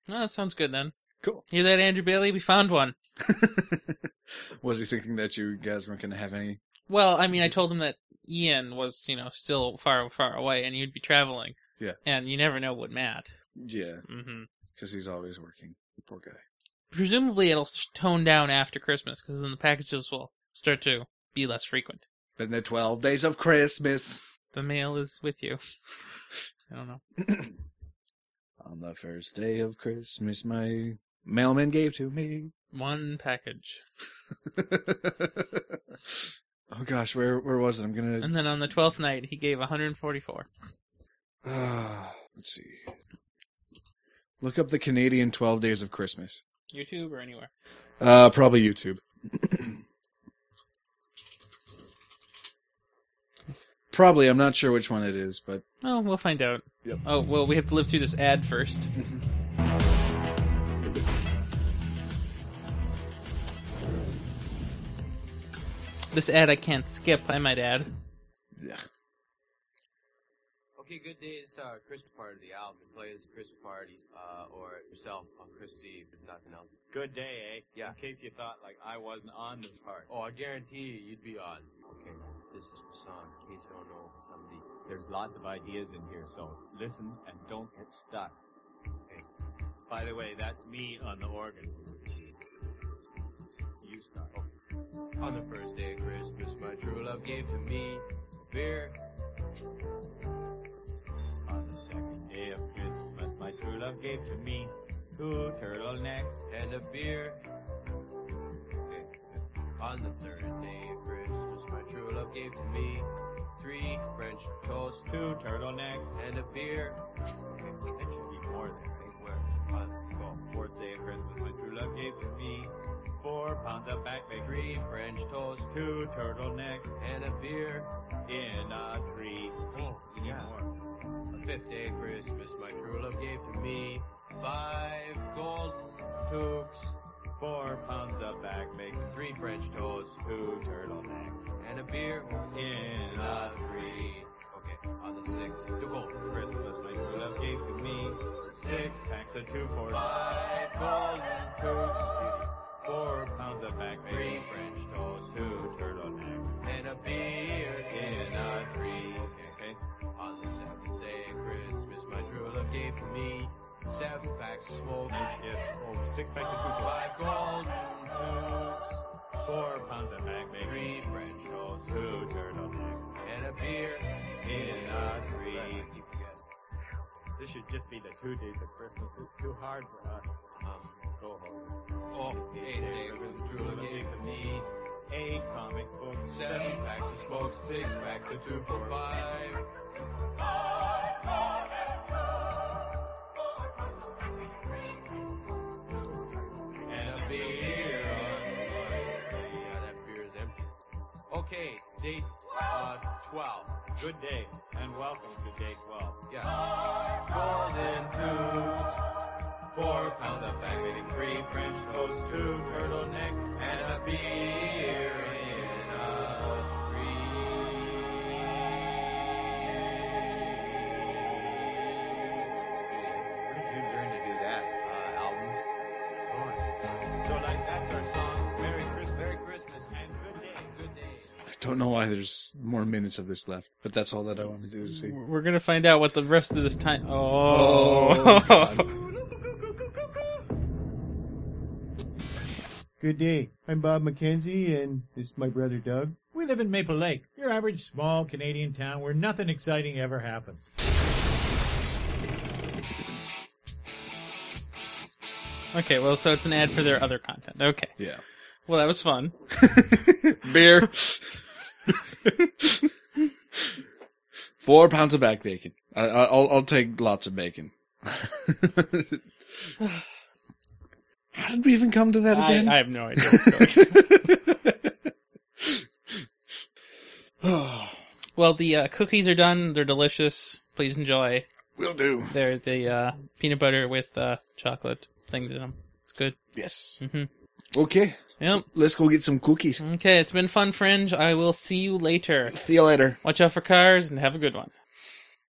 Speaker 3: No, that sounds good then.
Speaker 2: cool.
Speaker 3: Hear that, Andrew Bailey? We found one.
Speaker 2: Was he thinking that you guys weren't going to have any?
Speaker 3: Well, I mean,
Speaker 2: Mm-hmm.
Speaker 3: I told him that Ian was you know still far far away and you'd be traveling.
Speaker 2: Yeah.
Speaker 3: and you never know what Matt.
Speaker 2: Yeah,
Speaker 3: hmm
Speaker 2: because he's always working. Poor guy.
Speaker 3: Presumably, it'll s- tone down after Christmas because then the packages will start to be less frequent.
Speaker 2: Then the twelve days of Christmas.
Speaker 3: the mail is with you. I don't know.
Speaker 2: On the first day of Christmas, my mailman gave to me.
Speaker 3: One package.
Speaker 2: oh gosh, where where was it? I'm gonna.
Speaker 3: And then on the 12th night, he gave 144.
Speaker 2: Ah, let's see. Look up the Canadian Twelve Days of Christmas.
Speaker 3: YouTube or anywhere.
Speaker 2: Uh, probably YouTube. Probably, I'm not sure which one it is, but
Speaker 3: Oh, we'll find out.
Speaker 2: Yep. Mm-hmm.
Speaker 3: Oh, well, we have to live through this ad first. this ad I can't skip, I might add.
Speaker 2: yeah.
Speaker 9: Okay, good day. It's uh, Christmas party of the album. Play this Christmas party, uh, or yourself on Christmas Eve, if nothing else. Good day, eh? Yeah. In case you thought like I wasn't on this part. Oh, I guarantee you, you'd be on. Okay, this is the song. In case you don't know somebody. There's lots of ideas in here, so listen and don't get stuck. Okay. By the way, that's me on the organ. You start. Okay. On the first day of Christmas, my true love gave to me beer. On the second day of Christmas, my true love gave to me two turtlenecks and a beer. On the third day of Christmas, my true love gave to me three French toasts, two turtlenecks, and a beer. That should be more than I think. Where? On the fourth day of Christmas, my true love gave to me four pounds of back bacon, three French toasts, two turtlenecks, and a beer in a three. Oh, yeah. On the fifth day of Christmas, my true love gave to me five gold toques, four pounds of back bacon, three French toasts, two turtlenecks, and a beer in a three. Okay, on the sixth, two gold Christmas, my true love gave to me six packs of two for five gold toques, four pounds of back bacon, three French toasts, two turtlenecks, and a beer in a tree. Okay. On the seventh day of Christmas, my true love gave to me seven packs of smoke. Yeah, oh, six packs of food. Five golden tubes. Four pounds of mac bacon. Three French toasts. Two turtlenecks. And a beer in a tree. This should just be the two days of Christmas. It's too hard for us. Um, go home. Oh, eight days of true love gave to me. Eight comic books, seven packs of smoke, six packs of two for five. and a beer. Yeah, that beer is empty. Okay, date uh, 12. Good day, and welcome to day 12. Yeah. Golden tubes, four pound of bag, and three French toast, two turtleneck, and a beer in a tree. Where did you learn to do that? Uh, albums. So like that's our song. Merry Christmas, Merry Christmas, and good day, good day.
Speaker 2: I don't know why there's more minutes of this left, but that's all that I want to do is see.
Speaker 3: We're gonna find out what the rest of this time.
Speaker 2: Oh,
Speaker 3: Oh,
Speaker 2: God.
Speaker 10: Good day. I'm Bob McKenzie, and this is my brother Doug. We live in Maple Lake, your average small Canadian town where nothing exciting ever happens.
Speaker 3: okay. Well, so it's an ad for their other content. Okay.
Speaker 2: Yeah.
Speaker 3: Well, that was fun.
Speaker 2: Beer. Four pounds of back bacon. I, I- I'll, I'll take lots of bacon. How did we even come to that
Speaker 3: I,
Speaker 2: again?
Speaker 3: I have no idea. well, the uh, cookies are done. They're delicious. Please enjoy.
Speaker 2: Will do.
Speaker 3: They're the uh, peanut butter with uh, chocolate things in them. It's good.
Speaker 2: Yes.
Speaker 3: Mhm.
Speaker 2: Mm-hmm. Okay.
Speaker 3: Yep.
Speaker 2: Let's go get some cookies.
Speaker 3: Okay. It's been fun, Fringe. I will see you later.
Speaker 2: See you later.
Speaker 3: Watch out for cars and have a good one.